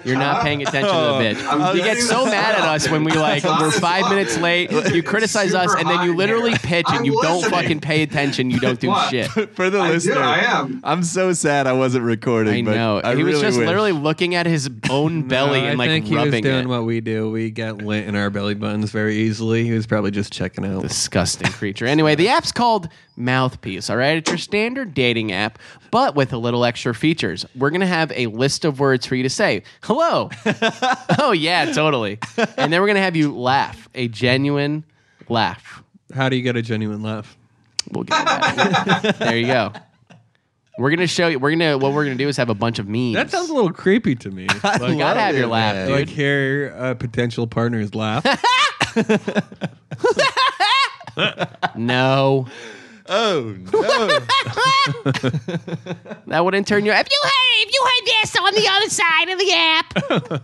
You're not paying attention to the bitch. You get so mad at us when we like we're five minutes late. You criticize us and then you literally pitch and you don't fucking pay attention. You don't do What? shit. for the I do, listener. I am. I'm so sad I wasn't recording. I but know. I he was really just wish. literally looking at his own belly and like Uh, I think he was rubbing doing it. what we do. We get lint in our belly buttons very easily. He was probably just checking out. Disgusting creature. Anyway, the app's called Mouthpiece. All right, it's your standard dating app, but with a little extra features. We're gonna have a list of words for you to say. Hello. oh yeah, totally. And then we're gonna have you laugh, a genuine laugh. How do you get a genuine laugh? We'll get that. there you go. We're gonna show you. We're gonna what we're gonna do is have a bunch of memes. That sounds a little creepy to me. Like, you gotta have your it, laugh, man. dude. like hear a potential partner's laugh. no. Oh no! That wouldn't turn you. If you heard, if you heard this on the other side of the app,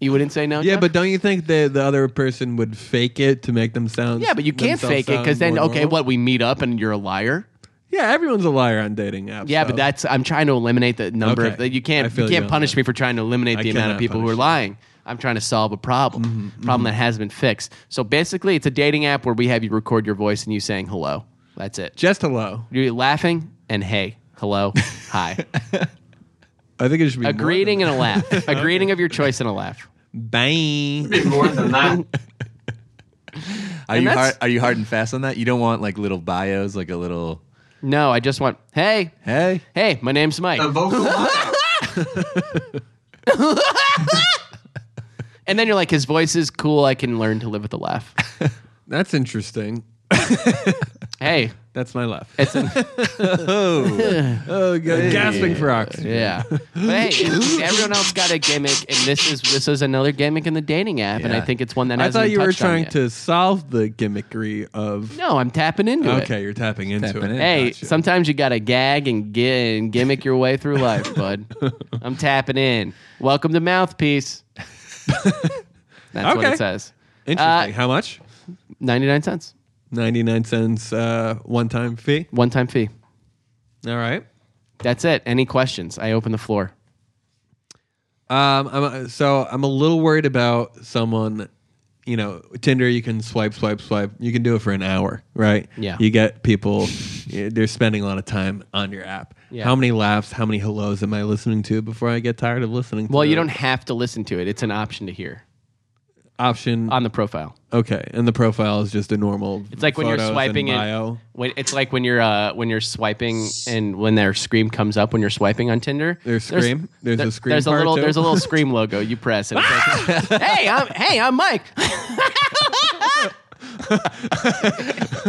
you wouldn't say no. yeah, Jeff? but don't you think the the other person would fake it to make them sound? yeah, but you can't themselves fake it because then sound more okay, normal? what we meet up and you're a liar. Yeah, everyone's a liar on dating apps. Yeah, so but that's I'm trying to eliminate the number Okay. of that you I can't feel you you can't on punish that. me for trying to eliminate I the amount of cannot people who punish are you. Mm-hmm, lying. I'm trying to solve a problem, problem that has been fixed. So basically, it's a dating app where we have you record your voice and you saying hello. That's it. just hello. You're laughing and hey, hello, hi. I think it should be A more greeting than and a laugh. A greeting of your choice and a laugh. bang. Maybe more than that. Are And you that's- hard, are you hard and fast on that? You don't want like little bios, like a little No, I just want, hey, hey. hey, my name's Mike. A vocal laugh. And then you're like, his voice is cool. I can learn to live with a laugh. That's interesting. Hey, That's my laugh. it's Oh, God. gasping for oxygen. yeah. But hey, everyone else got a gimmick, and this is this is another gimmick in the dating app, and I Yeah. think it's one that I hasn't thought been you were touched on trying yet. to solve the gimmickry of. No, I'm tapping into it. Okay, you're tapping into Tapping it. in. Hey, Gotcha. sometimes you gotta gag and, gi- and gimmick your way through life, bud. I'm tapping in. Welcome to mouthpiece. That's what Okay. it says. Interesting. How much? Ninety nine cents, 99 cents uh, one time fee. one time fee. All right. That's it. Any questions? I open the floor. Um, I'm, uh, so I'm a little worried about someone. You know, Tinder, you can swipe, swipe, swipe. You can do it for an hour, right? Yeah. You get people, yeah, they're spending a lot of time on your app. Yeah. How many laughs, how many hellos am I listening to before I get tired of listening to Well, you the don't have to listen to it. It's an option to hear option? on the profile. okay. And the profile is just a normal. It's like when you're photos and swiping bio. and when it's like when you're uh, when you're swiping and when their scream comes up when you're swiping on Tinder. There's scream? There's a scream There's a part little too? there's a little scream logo. You press and it's like, hey, I'm hey, I'm Mike. and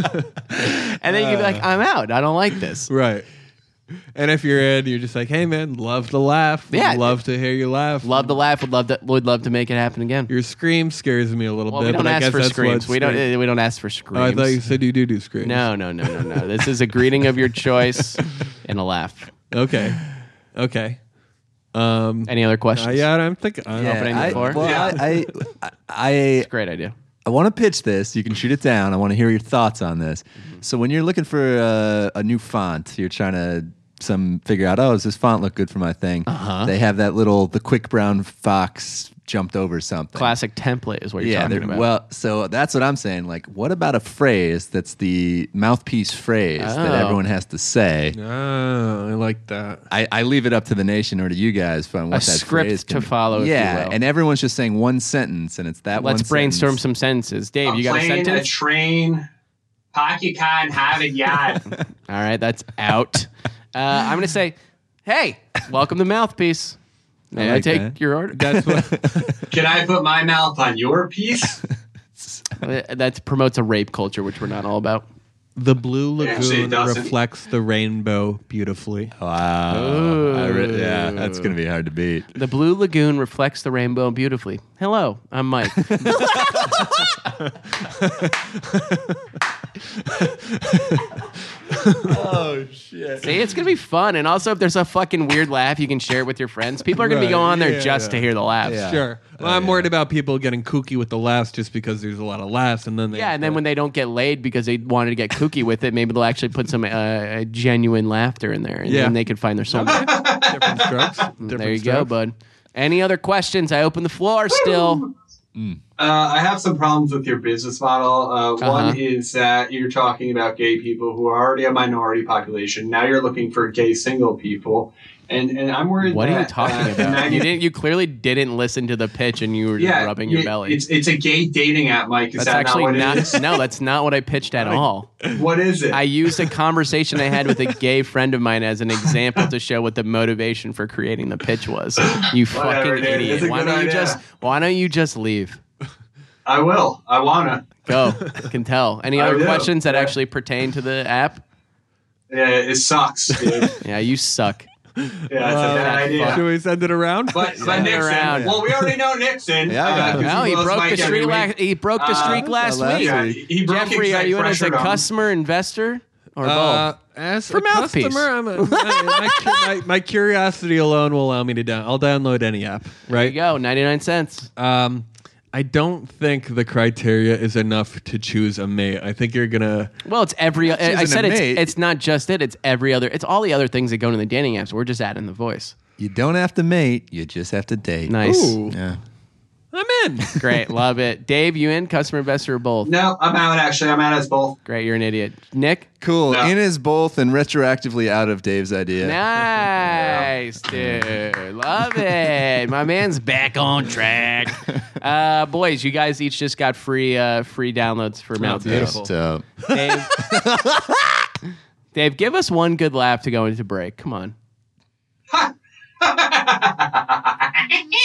then you can be like, I'm out. I don't like this. Right. And if you're in, you're just like, hey, man, love to laugh. Yeah. Love to hear you laugh. Love to laugh. Would love to would love to make it happen again. Your scream scares me a little well, bit. we don't but I ask guess for that's screams. what We don't. scream- We don't ask for Oh, I screams. thought you said you do do screams. no, no, no, no, no. This is a greeting of your choice and a laugh. Okay. Okay. Um. Any other questions? uh, yeah, I'm thinking. I don't know. opening the I, floor? well, I, I, I, Great idea. I want to pitch this. You can shoot it down. I want to hear your thoughts on this. Mm-hmm. So when you're looking for a, a new font, you're trying to some figure out, oh, does this font look good for my thing? Uh-huh. They have that little the quick brown fox jumped over something. Classic template is what you're Yeah, talking they're- about. well, so that's what I'm saying. Like, what about a phrase that's the mouthpiece phrase that Oh. everyone has to say? Oh, I like that. I, I leave it up to the nation or to you guys if I want A that script phrase to be. follow, if you Yeah, will. and everyone's just saying one sentence, and it's that. Let's one brainstorm sentence. some sentences. Dave, a you got a plane, a sentence? train, pocket con, have it yet. All right, that's out. uh, I'm going to say, hey, welcome to Mouthpiece. May I, like take that. your order? That's what. Can I put my mouth on your piece? Uh, that promotes a rape culture, which we're not all about. the blue Actually, it lagoon doesn't. reflects the rainbow beautifully. Oh, Wow. Uh, I re- yeah, that's going to be hard to beat. The blue lagoon reflects the rainbow beautifully. Hello, I'm Mike. Oh, shit. See, it's going to be fun. And also, if there's a fucking weird laugh, you can share it with your friends. People are going to Right, be going on there yeah, just yeah. to hear the laughs. Yeah. Sure. Oh, Well, I'm worried about people getting kooky with the laughs just because there's a lot of laughs, and then they Yeah, and then when they don't get laid because they wanted to get kooky with it, maybe they'll actually put some uh, genuine laughter in there, and Yeah. then they could find their soulmate. different strokes. Different there you go, strokes. bud. Any other questions? I open the floor still. Uh, I have some problems with your business model. Uh, Uh-huh. One is that you're talking about gay people who are already a minority population. Now you're looking for gay single people, and and I'm worried. What are you that, uh, talking the about? 90 You didn't. You clearly didn't listen to the pitch, and you were just yeah, rubbing your it- belly. It's it's a gay dating app, Mike. Is that's that actually not what not. it is? No, that's not what I pitched at all. What is it? I used a conversation I had with a gay friend of mine as an example to show what the motivation for creating the pitch was. You Whatever, fucking dude. That's idiot! a Why good don't you idea. just? Why don't you just leave? I will. I wanna. Go. I can tell. Any I other know. questions that Yeah. actually pertain to the app? Yeah, it sucks. Dude. yeah, it's Yeah, you suck. a bad idea. Should we send it around? But, but Nixon. around. Well, we already know Nixon. Yeah, I got it. 'cause Well, he blows broke Mike the every streak. week. La- he broke the Uh, streak last last week. week. Yeah, he broke Jeffrey, are exact you in as a pressure on him. customer investor or Uh, both? as For a mouthpiece. customer, I'm a, my, my, my, my curiosity alone will allow me to down. I'll download any app, There you right? go, ninety nine cents. Um, I don't think the criteria is enough to choose a mate. I think you're gonna. Well, it's every. I, I isn't said a it's mate. it's not just it. It's every other. It's all the other things that go into the dating apps. We're just adding the voice. You don't have to mate, you just have to date. Nice. Ooh. Yeah. I'm in. Great, love it. Dave, you in? Customer investor or both? No, I'm out actually. I'm out as both. Great, you're an idiot. Nick, Cool. No. In is both and retroactively out of Dave's idea. nice, dude. Love it. My man's back on track. Uh, boys, you guys each just got free uh, free downloads for Mount Beautiful. Just, uh, Dave, Dave, give us one good laugh to go into break. Come on.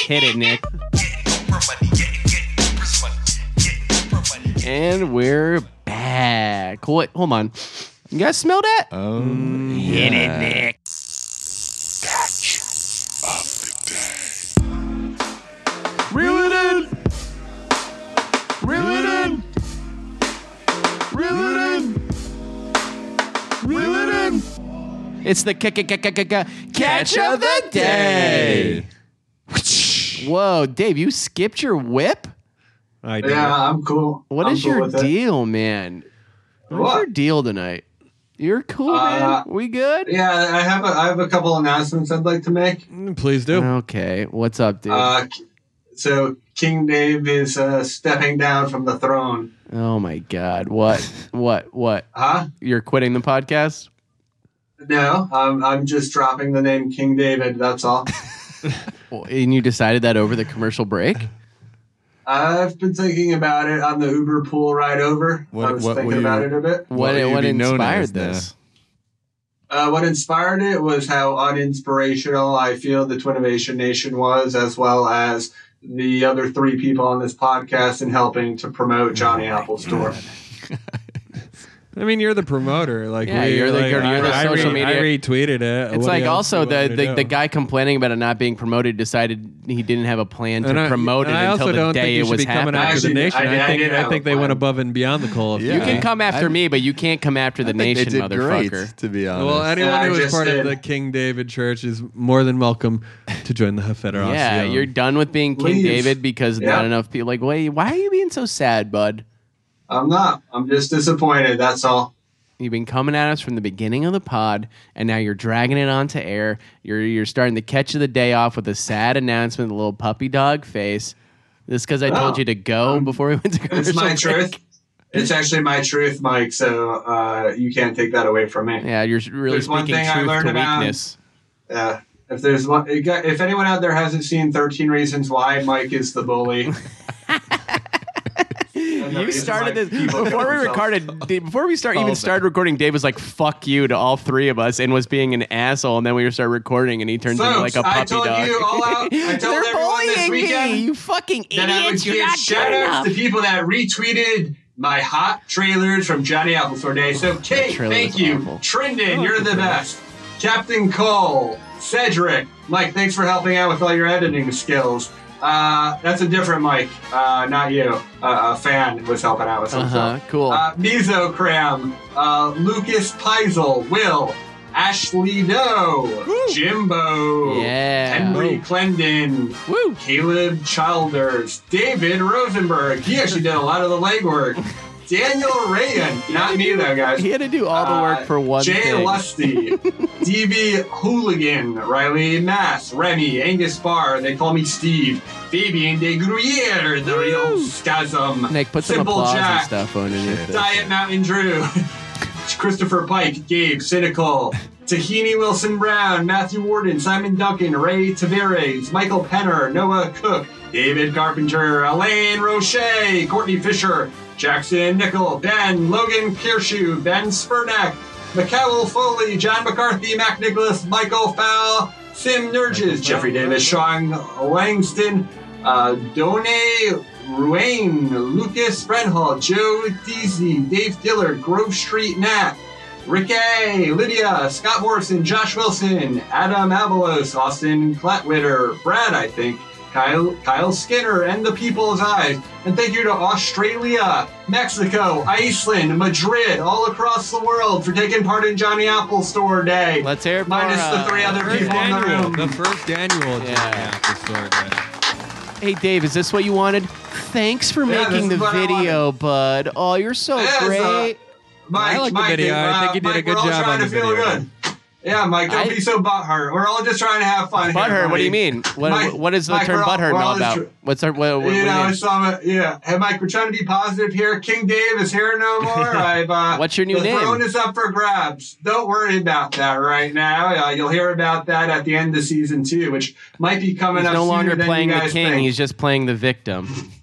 Hit it, Nick. And we're back. What? Hold on. You guys smell that? oh, Reel it in. Reel it in. Reel it in. Reel it in. It's the ca- ca- ca- ca- ca- ca- catch of the day. Whoa, Dave, you skipped your whip? I did. Yeah, I'm cool. What I'm is cool your with it. deal, man? What's What? your deal tonight? You're cool, man. Uh, We good? Yeah, I have a, I have a couple announcements I'd like to make. Mm, Please do. Okay, what's up, dude? Uh, so King Dave is uh, stepping down from the throne. oh my god, what, what, what? Huh? You're quitting the podcast? No, I'm, I'm just dropping the name King David. That's all. Well, and you decided that over the commercial break? I've been thinking about it on the Uber pool ride over. What- I was what thinking will about you- it a bit. What, What would what, you be known inspired as now? this? Uh, what inspired it was how uninspirational I feel the Twinovation Nation was, as well as the other three people on this podcast in helping to Mm-hmm. promote Johnny Apple's tour. I mean, you're the promoter. Like, Yeah, we, you're the- like, you're the I, social I, re- media- I retweeted it. What It's do like you- also what do the, you the, do? the guy complaining about it not being promoted decided he didn't have a plan to And I- promote it and I until also the don't day think you it should was be coming happening. after the Actually, nation. I- I, I think did I have think a they plan. went above and beyond the call. of Yeah. you duty. can come after I- me, but you can't come after the They nation, did great, motherfucker. to be honest. Well, anyone Yeah, I who is just part did. of the King David Church is more than welcome to join the Federation. Yeah, you're done with being King Leave. David because not Yeah. enough people. Like, wait, why are you being so sad, bud? I'm not. I'm just disappointed. That's all. You've been coming at us from the beginning of the pod, and now you're dragging it onto air. You're you're starting the catch of the day off with a sad announcement, a little puppy dog face. This because I told Oh. you to go before we went to commercial. It's my break. truth. It's actually my truth, Mike. So uh, you can't take that away from me. Yeah, you're really There's one speaking thing I truth learned to about- weakness. Uh, if there's one, if anyone out there hasn't seen Thirteen Reasons Why, Mike is the bully. You started this before we recorded. d- Before we start even Callback. started recording, Dave was like "fuck you" to all three of us and was being an asshole. And then we started recording, and he turns into like Folks, a puppy I told dog. you all out. I told They're everyone this bullying me, weekend you fucking that I would idiots! You're give not shout good enough. outs to people that retweeted my hot trailers from Johnny Applesore Day. So, Kate, Oh, trailer thank was you. awful. Trendon, you're the best. Captain Cole, Cedric, Mike, thanks for helping out with all your editing skills. Uh, that's a different Mike, uh, not you. Uh, a fan was helping out with some Uh huh. stuff. Cool. Uh, Mesocram, uh, Lucas Peisel, Will, Ashley Doe, Jimbo, Yeah. Henry Clendon, Woo. Caleb Childers, David Rosenberg. He actually did a lot of the legwork. Daniel Rayan, not me though, guys. He had to do all the work Uh, for one Jay thing. Lusty, DB Hooligan, Riley Mass, Remy, Angus Barr, they call me Steve, Fabian de Gruyere, the real Scasm, Nick, put some Simple applause Jack, and stuff underneath this. Diet Mountain Drew, Christopher Pike, Gabe Cynical, Tahini Wilson Brown, Matthew Warden, Simon Duncan, Ray Tavares, Michael Penner, Noah Cook, David Carpenter, Elaine Roche, Courtney Fisher, Jackson Nickel, Ben, Logan Kiershu, Ben Spurnack, McCowell Foley, John McCarthy, Mac Nicholas, Michael Fowl, Sim Nurges, Jeffrey Davis, Sean Langston, uh, Done Ruane, Lucas Brenhall, Joe Deasy, Dave Dillard, Grove Street Nat, Rick A, Lydia, Scott Morrison, Josh Wilson, Adam Avalos, Austin Clatwitter, Brad, I think, Kyle, Kyle Skinner, and the People's Eyes. And thank you to Australia, Mexico, Iceland, Madrid, all across the world for taking part in Johnny Apple Store Day. Let's hear it for, Minus uh, the three other First people in the annual, room. the first annual. Yeah. Jack Apple Store Day. Hey, Dave, is this what you wanted? Thanks for Yeah, making the this is what I video, bud. Oh, you're so Yes, uh, great. Mike, I like the Mike, video. I uh, think you did a Mike, good we're all job trying on to the feel video. good. Yeah, Mike, don't I- be so butthurt. We're all just trying to have fun. here, Butthurt. What do buddy. you mean? What Mike- What is the Mike, term we're all- butthurt we're all all about? just- What's our what, what, what do you you know, mean? it's um, yeah. Hey, Mike, we're trying to be positive here. King Dave is here no more. I've uh, What's your new the name? throne is up for grabs. Don't worry about that right now. Uh, you'll hear about that at the end of season two, which might be coming He's up. no sooner longer than you playing the guys king. think. He's just playing the victim.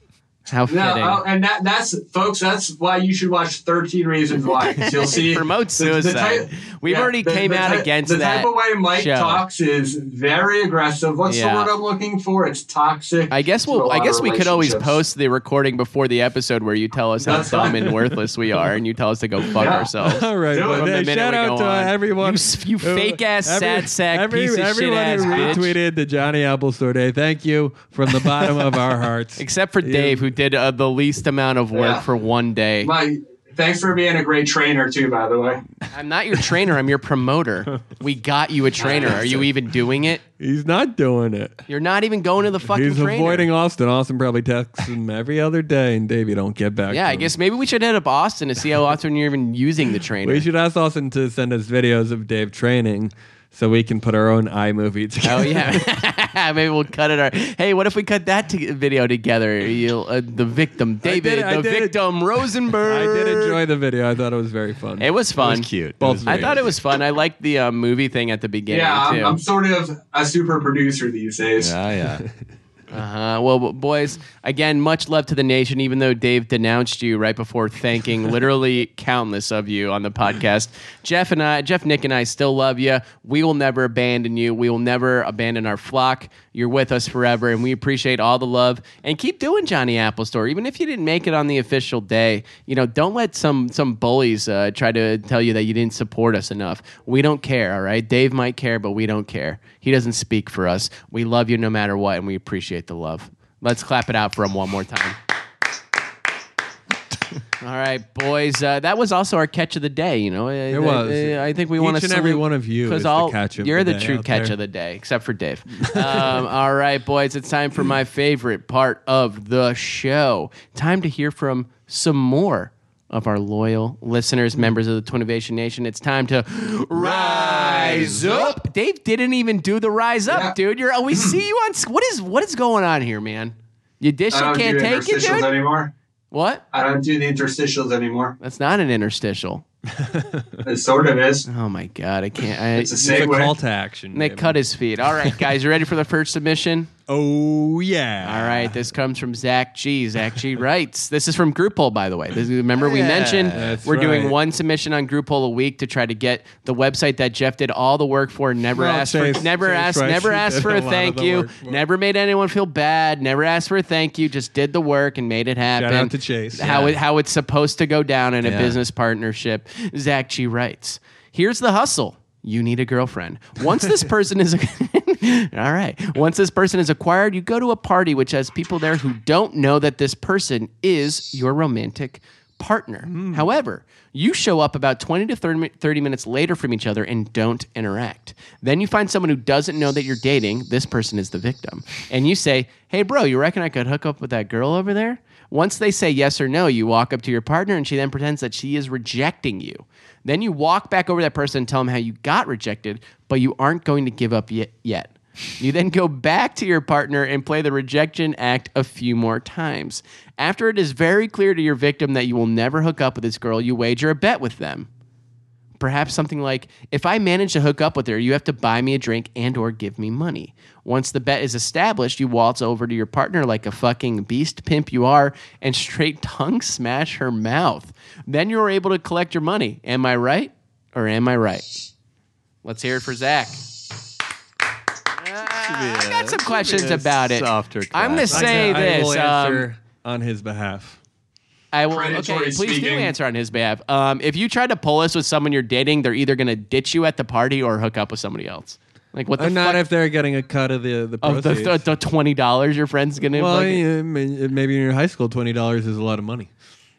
How fitting. no, oh, and that, that's folks. That's why you should watch Thirteen Reasons Why. 'cause You'll see It promotes suicide. We've already came out ti- against the that type of way Mike show. talks is very aggressive. What's Yeah. the word I'm looking for? It's toxic. I guess to a we'll. I lot guess of we could always relationships. post the recording before the episode where you tell us how That's dumb fine. and worthless we are, and you tell us to go fuck Yeah. ourselves. All right, Do it. but From the hey, minute shout we out go to on. everyone. You s- you who- fake-ass sad sack piece of everyone shit-ass who bitch. retweeted the Johnny Applesorday. Thank you from the bottom of our hearts. Except for Dave, who did uh, the least amount of work Yeah. for one day. Mike, thanks for being a great trainer too. By the way, I'm not your trainer. I'm your promoter. We got you a trainer. Are you even doing it? He's not doing it. You're not even going to the fucking He's trainer. avoiding Austin. Austin probably texts him every other day, and Davey don't get back. yeah, to I him. guess maybe we should hit up Austin to see how often you're even using the trainer. we should ask Austin to send us videos of Dave training, so we can put our own iMovie together. Oh yeah, maybe we'll cut it. Our hey, what if we cut that to- video together? You'll, uh, the victim, David, I the did it. victim, Rosenberg. I did enjoy the video. I thought it was very fun. It was fun. cute. Both It was I very thought it cute. was fun. I liked the uh, movie thing at the beginning yeah, I'm, I'm too. sort of a super producer these days. Yeah, yeah. Uh, well, b- boys, again, much love to the nation. Even though Dave denounced you right before thanking literally countless of you on the podcast, Jeff and I, Jeff, Nick, and I still love you. We will never abandon you. We will never abandon our flock. You're with us forever, and we appreciate all the love. And keep doing Johnny Apple Store, even if you didn't make it on the official day. You know, don't let some some bullies uh, try to tell you that you didn't support us enough. We don't care. All right, Dave might care, but we don't care. He doesn't speak for us. We love you no matter what, and we appreciate the love. Let's clap it out for him one more time. All right, boys. Uh, that was also our catch of the day. You know, it was. I, think we Each want to and every one of you is the catch of you're the the day true out catch there. of the day, except for Dave. Um, all right, boys. It's time for my favorite part of the show. Time to hear from some more of our loyal listeners, members of the Twinnovation Nation. It's time to rise up. Dave didn't even do the rise up, Yeah. dude. You're. Oh, we see you on. s- What is what is going on here, man? You dish I you don't can't do take it, interstitials dude. anymore. What? I don't do the interstitials anymore. That's not an interstitial. It sort of is. Oh my god, I can't. I, It's a It's a segue. call to action. Nick Davey. cut his feet. All right, guys, you ready for the first submission? Oh yeah. All right, this comes from Zach G. Zach G writes. This is from Group Hole, by the way. This, remember, we mentioned That's we're doing right. one submission on Group Hole a week to try to get the website that Jeff did all the work for. Never Well, asked Chase- for, never Chase asked, Rice never did asked for a a lot of thank the you. work for- Never made anyone feel bad. Never asked for a thank you. Just did the work and made it happen. out to Chase. How Yeah. it, how it's supposed to go down in a Yeah. business partnership. Zach G writes, "Here's the hustle. You need a girlfriend. Once this person is All right. Once this person is acquired, you go to a party which has people there who don't know that this person is your romantic partner. However, you show up about 20 to 30 mi- 30 minutes later from each other and don't interact. Then you find someone who doesn't know that you're dating. This person is the victim. And you say, Hey, bro, you reckon I could hook up with that girl over there? Once they say yes or no, you walk up to your partner and she then pretends that she is rejecting you. Then you walk back over to that person and tell them how you got rejected, but you aren't going to give up yet. yet. You then go back to your partner and play the rejection act a few more times. After it is very clear to your victim that you will never hook up with this girl, you wager a bet with them. Perhaps something like, if I manage to hook up with her, you have to buy me a drink and or give me money. Once the bet is established, you waltz over to your partner like a fucking beast pimp you are and straight tongue smash her mouth. Then you're able to collect your money. Am I right? Or am I right? Let's hear it for Zach. Ah, I got some questions about it. softer I'm gonna class. say I this. will um, answer on his behalf. I will. Okay, Predatory please do speaking. answer on his behalf. Um, if you try to pull this with someone you're dating, they're either going to ditch you at the party or hook up with somebody else. Like what the Or not fuck if they're getting a cut of the the of the, proceeds. the, the twenty dollars your friend's going to. well, fucking yeah. yeah, may- maybe in your high school, twenty dollars is a lot of money.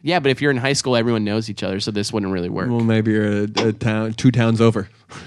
but if you're in high school, everyone knows each other, so this wouldn't really work. Well, maybe you're a, a town, two towns over.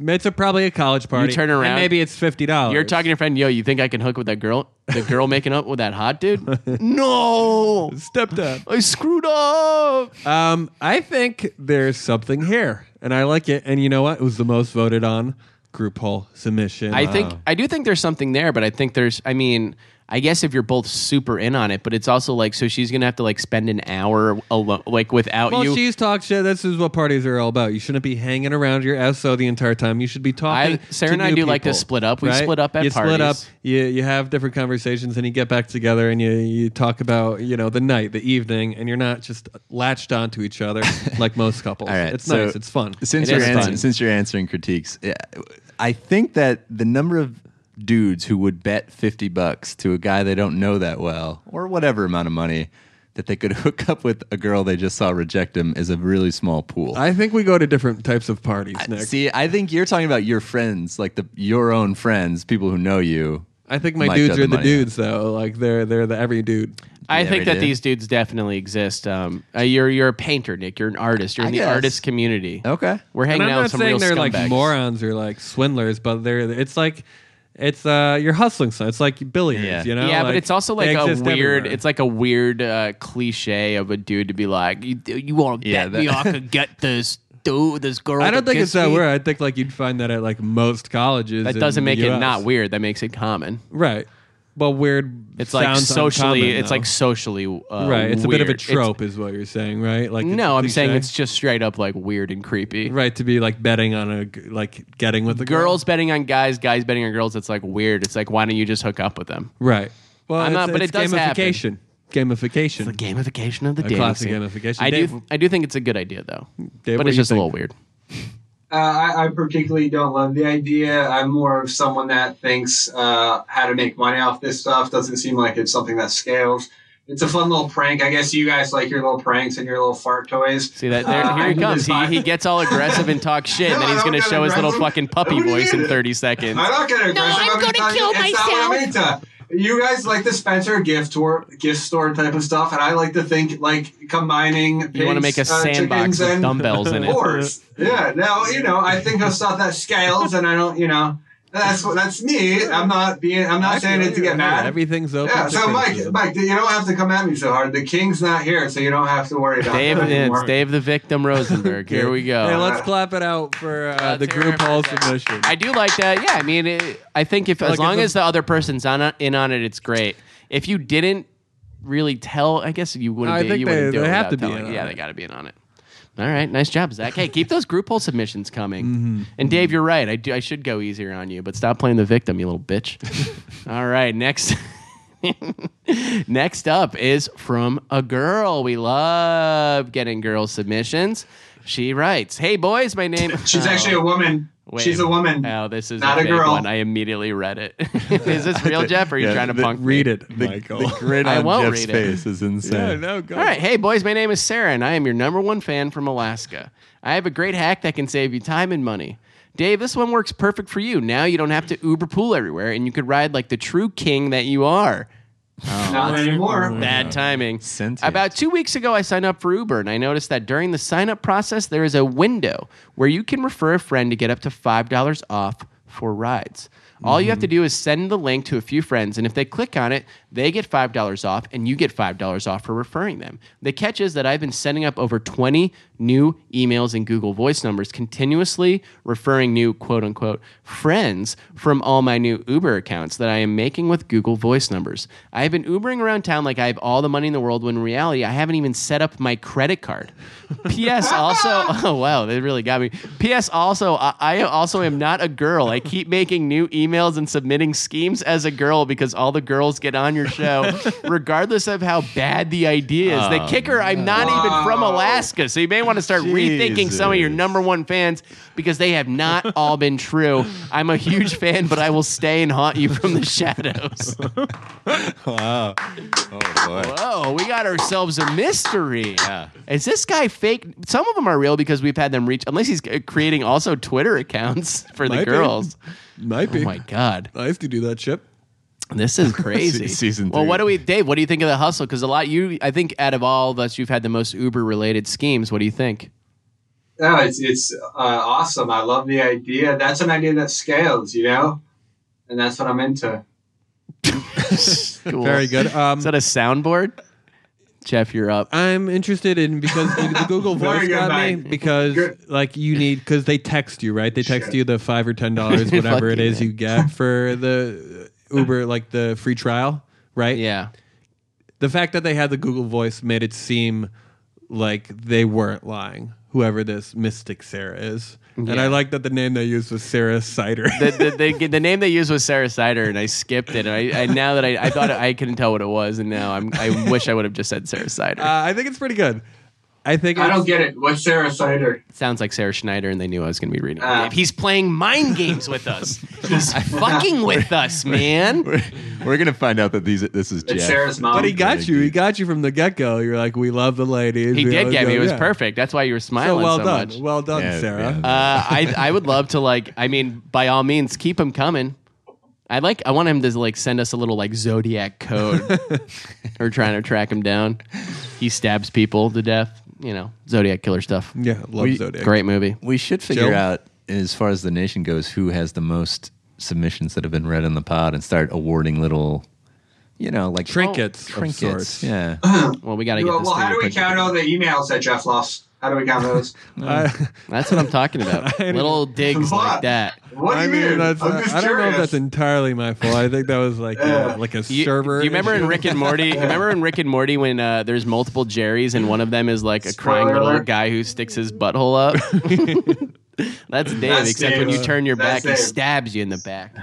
It's a, probably a college party. turn around- and maybe it's fifty dollars. you're talking to your friend, yo, you think I can hook with that girl? The girl making up with that hot dude? no, stepped up. I screwed up. Um, I think there's something here. and I like it. And you know what? It was the most voted on group poll submission. I think I do think there's something there, but I think there's I mean, I guess if you're both super in on it, but it's also like so she's gonna have to like spend an hour alone like without Well, you. she's talk shit. This is what parties are all about. You shouldn't be hanging around your SO the entire time. You should be talking. I- Sarah to and I new do like to people, split up. We right? split up at you split up. parties. You you have different conversations, and you get back together, and you you talk about you know the night, the evening, and you're not just latched onto each other like most couples. All right, it's so nice. It's fun. Since It you're is answering, fun. since you're answering critiques, yeah, I think that the number of dudes who would bet fifty bucks to a guy they don't know that well, or whatever amount of money, that they could hook up with a girl they just saw reject them is a really small pool. I think we go to different types of parties next. See, I think you're talking about your friends, like the your own friends, people who know you. I think my might dudes judge are the the money. dudes though. Like they're they're the every dude. I Yeah, think we that do. these dudes definitely exist. Um, uh, you're you're a painter, Nick. You're an artist. You're in the I guess. artist community. Okay. We're hanging and I'm out not with some saying real they're scumbags. like morons or like swindlers, but they're it's like it's uh you're hustling so it's like billiards, Yeah. you know? yeah, but it's also like a weird. It's It's like a weird uh, cliche of a dude to be like, "You, you want to Yeah, bet that- me I could get this dude, this girl." I to don't think it's kiss that me?" weird. I think like you'd find that at like most colleges. That in doesn't the make it US. not weird. That makes it common. right? Well, weird. It's like sounds socially. uncommon, it's though. like socially. Uh, right. It's a bit of a weird. It's- trope, is what you're saying, right? Like it's no, I'm saying cliche. it's just straight up like weird and creepy. right to be like betting on a g- like getting with the Girls betting on guys, guys betting on girls. It's like weird. It's like why don't you just hook up with them? right? Well, I'm it's, not- but it's it does happen. gamification. Gamification. The gamification of the dating classic scene. gamification. I Dave- do. I do think it's a good idea though, what but do you it's just think? a little weird. Uh, I, I particularly don't love the idea. I'm more of someone that thinks uh, how to make money off this stuff. Doesn't seem like it's something that scales. It's a fun little prank. I guess you guys like your little pranks and your little fart toys. See that? There, Uh, here I he do comes. this He, by- he gets all aggressive and talks shit, and then No, he's I don't gonna get show his little aggressive. fucking puppy What do you voice in mean? 30 seconds. I'm not getting aggressive. I'm gonna just kill telling you, it's not what myself. I'm into. You guys like the Spencer gift or gift store type of stuff, and I like to think like combining. You want to pigs, make a uh, sandbox chickens, with and dumbbells in it. Wars. Yeah. Now you know. I think of stuff that scales, and I don't. You know. That's what- that's me. I'm not being. I'm not saying it to get mad. Everything's open. Yeah. to So Mike, criticism. Mike, you don't have to come at me so hard. The king's not here, so you don't have to worry about Dave, it it's anymore. Dave the victim Rosenberg. Here we Hey, go. let's clap it out for uh, Let's the hear group it for hall a second. submission. I do like that. Yeah, I mean, it, I think if as Like, long it's a- as the other person's on in on it, it's great. If you didn't really tell, I guess you wouldn't. I be, think you they- wouldn't do they it without have to be telling. in on yeah, they it. got to be in on it. All right, nice job, Zach. Hey, keep those group poll submissions coming. Mm-hmm. And Dave, you're right. I do. I should go easier on you, but stop playing the victim, you little bitch. All right, next. Next up is from a girl. We love getting girl submissions. She writes, "Hey boys, my name." She's Oh. actually a woman. Wait. She's a woman. Oh, this is Not a, a fake girl. One. I immediately read it. is this real, Jeff? Or are you Yeah, trying to the- punk? me? Read it, The, Michael. the grin I on won't Jeff's read it. face is insane. yeah, no, go. All right, hey boys, my name is Sarah, and I am your number one fan from Alaska. I have a great hack that can save you time and money. Dave, this one works perfect for you. Now you don't have to Uber pool everywhere, and you could ride like the true king that you are. Oh. Not anymore. Bad timing. Sentient. About two weeks ago, I signed up for Uber, and I noticed that during the sign up process, there is a window where you can refer a friend to get up to $5 off for rides. All you have to do is send the link to a few friends, and if they click on it, they get $5 off, and you get $5 off for referring them. The catch is that I've been sending up over 20 new emails and Google Voice numbers, continuously referring new quote unquote friends from all my new Uber accounts that I am making with Google Voice numbers. I have been Ubering around town like I have all the money in the world when in reality I haven't even set up my credit card. P.S. Also, oh wow, they really got me. P.S. Also, I, I also am not a girl. I keep making new emails and submitting schemes as a girl because all the girls get on your show, regardless of how bad the idea is. the kicker, I'm not even from Wow. Alaska, so you may want to start rethinking some of your Jesus. number one fans because they have not all been true. I'm a huge fan, but I will stay and haunt you from the shadows. Wow. Oh boy. Whoa, we got ourselves a mystery. Yeah. Is this guy fake? Some of them are real because we've had them reach, unless he's uh, creating also Twitter accounts for the Might be. girls. Might Oh be. my God. I used to do that ship. This is crazy. Se- season Well, three. what do we, Dave, what do you think of the hustle? Because a lot, you, I think out of all of us, you've had the most Uber related schemes. What do you think? No, it's it's uh, awesome. I love the idea. That's an idea that scales, you know, and that's what I'm into. Cool. Very good. Um, Is that a soundboard? Jeff, you're up. I'm interested in because the, the Google Very Voice good, got me Mike. because Good. like you need because they text you right. They text Shit. you the five or ten dollars whatever it Fucking is you get for the Uber like the free trial right. Yeah. The fact that they had the Google Voice made it seem like they weren't lying. Whoever this Mystic Sarah is, and Yeah. I like that the name they used was Sarah Cider. The, the, the, the name they used was Sarah Sider, and I skipped it. And I, I now that I, I thought I couldn't tell what it was, and now I'm, I wish I would have just said Sarah Sider. Uh, I think it's pretty good. I think I it's- don't get it. What's Sarah Cider? sounds like Sarah Schneider, and they knew I was going to be reading. it. Ah. He's playing mind games with us. He's fucking with us, man. We're, we're gonna find out that these this is It's Jeff. Sarah's mom. But he got Thank you. He you. got you from the get go. You're like, we love the ladies. He We did always get me. go- It was yeah. perfect. That's why you were So smiling so, well done. much. Well done, Yeah, Sarah. yeah. Uh, I I would love to like. I mean, by all means, keep him coming. I like. I want him to like send us a little like zodiac code. We're trying to track him down. He stabs people to death. You know, zodiac killer stuff. Yeah, love We- Zodiac. Great movie. We should figure Joe? out, as far as the nation goes, who has the most submissions that have been read in the pod, and start awarding little, you know, like Trinkets. of trinkets. sorts. Yeah, Well, we got to get Well, this. well, thing how do we put count together. all the emails that Jeff lost? How do we count those? I, That's what I'm talking about. little digs like What? that. What do I you mean, mean? that's, I'm I just don't know if curious. that's entirely my fault. I think that was like uh, Uh, like a You, server. do you remember in issue. Rick and Morty? You remember in Rick and Morty when uh, there's multiple Jerrys and one of them is like a crying Spoiler little alert. guy who sticks his butthole up? That's Dave. That's except Dave. when you turn your back, That's he Dave. stabs you in the back.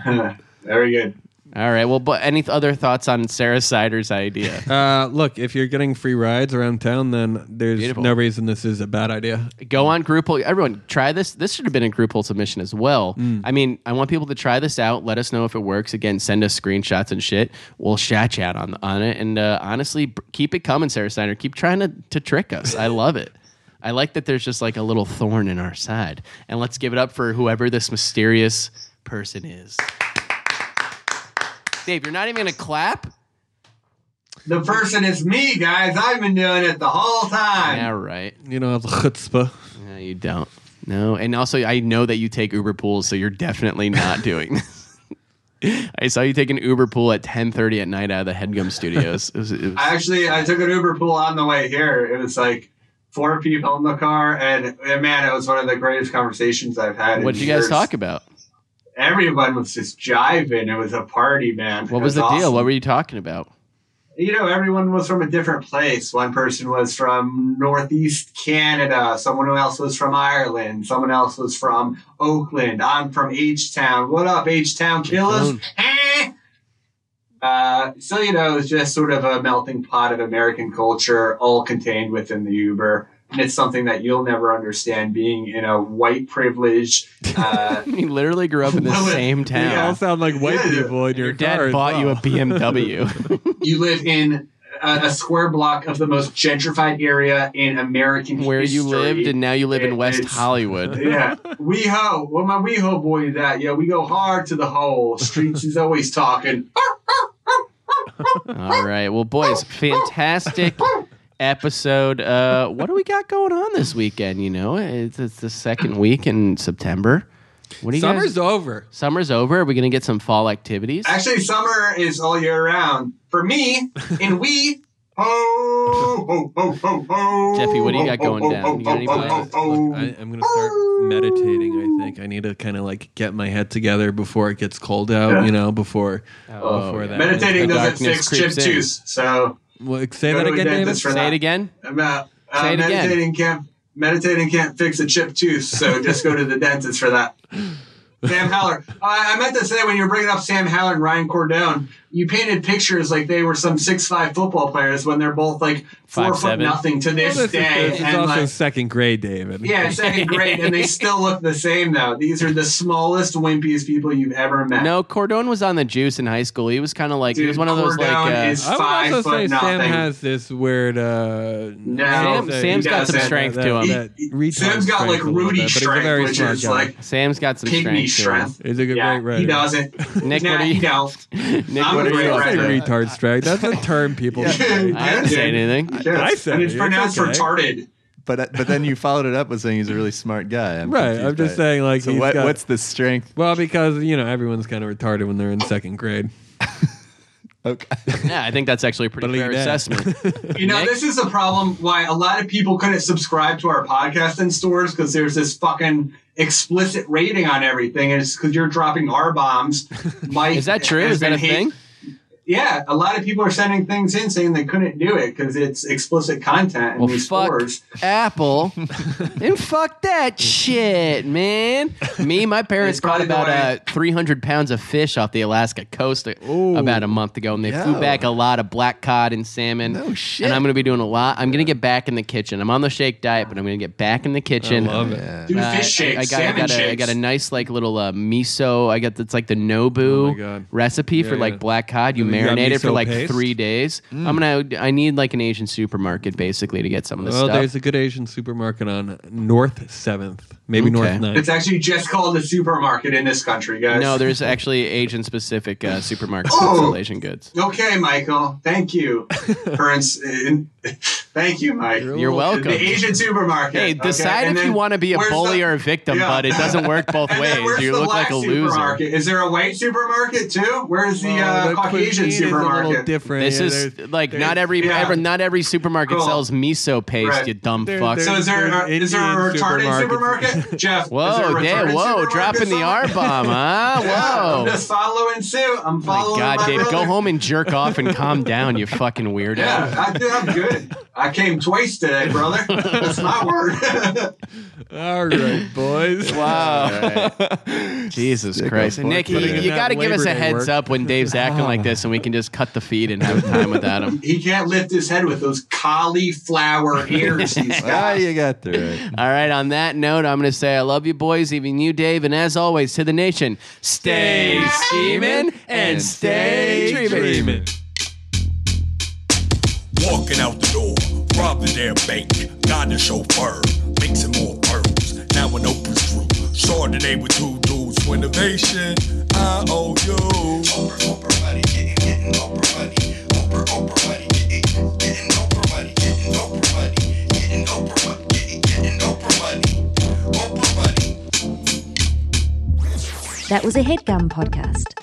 Very good. All right. Well, but any th- other thoughts on Sarah Sider's idea? Uh, look, if you're getting free rides around town, then there's Beautiful. no reason this is a bad idea. Go on group hole. Everyone, try this. This should have been a group hole submission as well. I mean, I want people to try this out. Let us know if it works. Again, send us screenshots and shit. We'll chat chat on on it. And uh, honestly, b- keep it coming, Sarah Steiner. Keep trying to, to trick us. I love it. I like that there's just like a little thorn in our side. And let's give it up for whoever this mysterious person is. Dave, you're not even going to clap? The person is me, guys. I've been doing it the whole time. All right. You know, the chutzpah. No, you don't. No, and also I know that you take Uber pools, so you're definitely not doing this. I saw you take an Uber pool at 10:30 at night out of the Headgum Studios. It was, it was- I actually I took an Uber pool on the way here. It was like four people in the car, and, and man, it was one of the greatest conversations I've had. what in did you guys years. talk about? Everyone was just jiving. It was a party, man. What was the deal? What were you talking about? you know, everyone was from a different place. One person was from Northeast Canada, someone else was from Ireland, someone else was from Oakland. I'm from H Town. What up, H Town killers? Eh? Uh, so, you know, it was just sort of a melting pot of American culture, all contained within the Uber. And it's something that you'll never understand being in a white privilege. Uh, You literally grew up in the Well, same town. They Yeah. all sound like white Yeah. people in your, Your dad bought you a BMW. you live in a, a square block of the most gentrified area in American Where history. you lived, and now you live in It- West it's- Hollywood. yeah, we ho. Well, my we ho boy is out. Yeah, we go hard to the hole. Streets is always talking. All right, well, boys, fantastic episode. Uh, what do we got going on this weekend? You know, it's, it's the second week in September. What do you guys? Summer's over. Summer's over. Are we going to get some fall activities? Actually, summer is all year round for me. And we ho ho ho ho ho. Jeffy, what do you got Ho, ho, going ho, down? You got any ho, I, ho, plans? look, ho, ho. I, I'm gonna start meditating. I think I need to kind of like get my head together before it gets cold out. You know, before Oh, before yeah. that. Meditating The doesn't darkness fix chip creeps in. juice. So Well, say Go that to a again, David. dentist for Say that. it again. I'm out. Say Uh, it again. meditating can't meditating can't fix a chipped tooth, so just go to the dentist for that. Sam Haller. Uh, I meant to say when you were bringing up Sam Haller and Ryan Cordone, you painted pictures like they were some six five football players when they're both like four Five, foot seven. nothing to Well, this this is- day. this is and also like, second grade, David. yeah, second grade, and they still look the same though. These are the smallest, wimpiest people you've ever met. No, Cordone was on the juice in high school. He was kind of like he Dude, was one of those Cordone like uh, is- I would Five also foot say Sam nothing. has this weird. Uh, Sam- Sam's got some strength to him. that retard Sam's got like strength a little Rudy bit, but he's a very strength, which smart is guy. like Sam's got some pygmy strength. strength. He's a good Yeah, great writer. he doesn't. Nick, nah, what do you- he don't. to him. Nick, I'm what a are great your Don't say thoughts? writer. retard strike. That's a term people say. Yeah. I didn't say anything. Yes, I said and it's it. It's pronounced okay. retarded. but uh, but then you followed it up with saying he's a really smart guy. I'm Right, confused I'm just by it. saying, like, so he's what, got- what's the strength? Well, because you know everyone's kind of retarded when they're in second grade. Okay. Yeah, I think that's actually a pretty Believe fair that. assessment. You know, Nick? this is a problem why a lot of people couldn't subscribe to our podcast in stores because there's this fucking explicit rating on everything. And it's because you're dropping R bombs. Mike Is that true? has Is that been a hate- thing? Yeah, a lot of people are sending things in saying they couldn't do it because it's explicit content in Well, these fuck stores. Apple and fuck that shit, man. Me, my parents It's caught probably the about uh, way- 300 pounds of fish off the Alaska coast a- about a month ago, and they flew Yeah. back a lot of black cod and salmon. No shit. And I'm going to be doing a lot. I'm going to get back in the kitchen. I'm on the shake diet, but I'm going to get back in the kitchen. love it. Do Uh, fish shakes, I, I got, salmon I got shakes. A, I got a nice like little uh, miso. I got it's like the Nobu Oh God. recipe for Yeah, like yeah. black cod. You You got marinate it for miso like paste? three days. Mm. I'm gonna. I need like an Asian supermarket basically to get some of this Well, stuff. there's a good Asian supermarket on North Seventh, maybe Okay. North Ninth. It's actually just called a supermarket in this country, guys. No, there's actually Asian specific uh, supermarkets that Oh. sell Asian goods. Okay, Michael. Thank you. For ins- thank you, Mike. You're welcome. The Asian supermarket. Hey, okay? decide And if then you want to be a where's bully the- or a victim, Yeah. but it doesn't work both And then ways. where's You the look like black a loser. supermarket? Is there a white supermarket too? Where's the Oh, uh, the Caucasian cuisine is a little supermarket? different. This Yeah, is there's- like there's- not every, Yeah. every not every supermarket Cool. sells miso paste. Right. You dumb There- fuck. there's- So is there a, There's is there a Indian retarded supermarkets. supermarket, Jeff? is there a Whoa, damn, retarded whoa, supermarket dropping the somewhere? R bomb, huh? Yeah, I'm Whoa. Oh just following suit. I'm following. God, my Dave, go brother. home and jerk off and calm down, you fucking weirdo. Yeah, I think I'm good. I came twice today, brother. That's my word. All right, boys. Wow. Jesus Christ. fork Nick, you, in it. Putting in got to that give us a Labor Day heads work. up when Dave's acting like this and we can just cut the feed and have time without him. he can't lift his head with those cauliflower ears he's Ah, got. you got through it. All right, on that note, I'm going to say I love you, boys, even you, Dave. And as always, to the nation, stay scheming and stay dreaming. Walking out the door, robbing their bank, got a chauffeur, mixing more pearls. Now an open screw, Chardonnay with two dudes for innovation. I owe you. Oprah, Oprah money, getting, getting Oprah money. Oprah, Oprah money, getting, getting Oprah money, getting Oprah money, getting Oprah money, getting, getting Oprah money, Oprah money. That was a headgum podcast.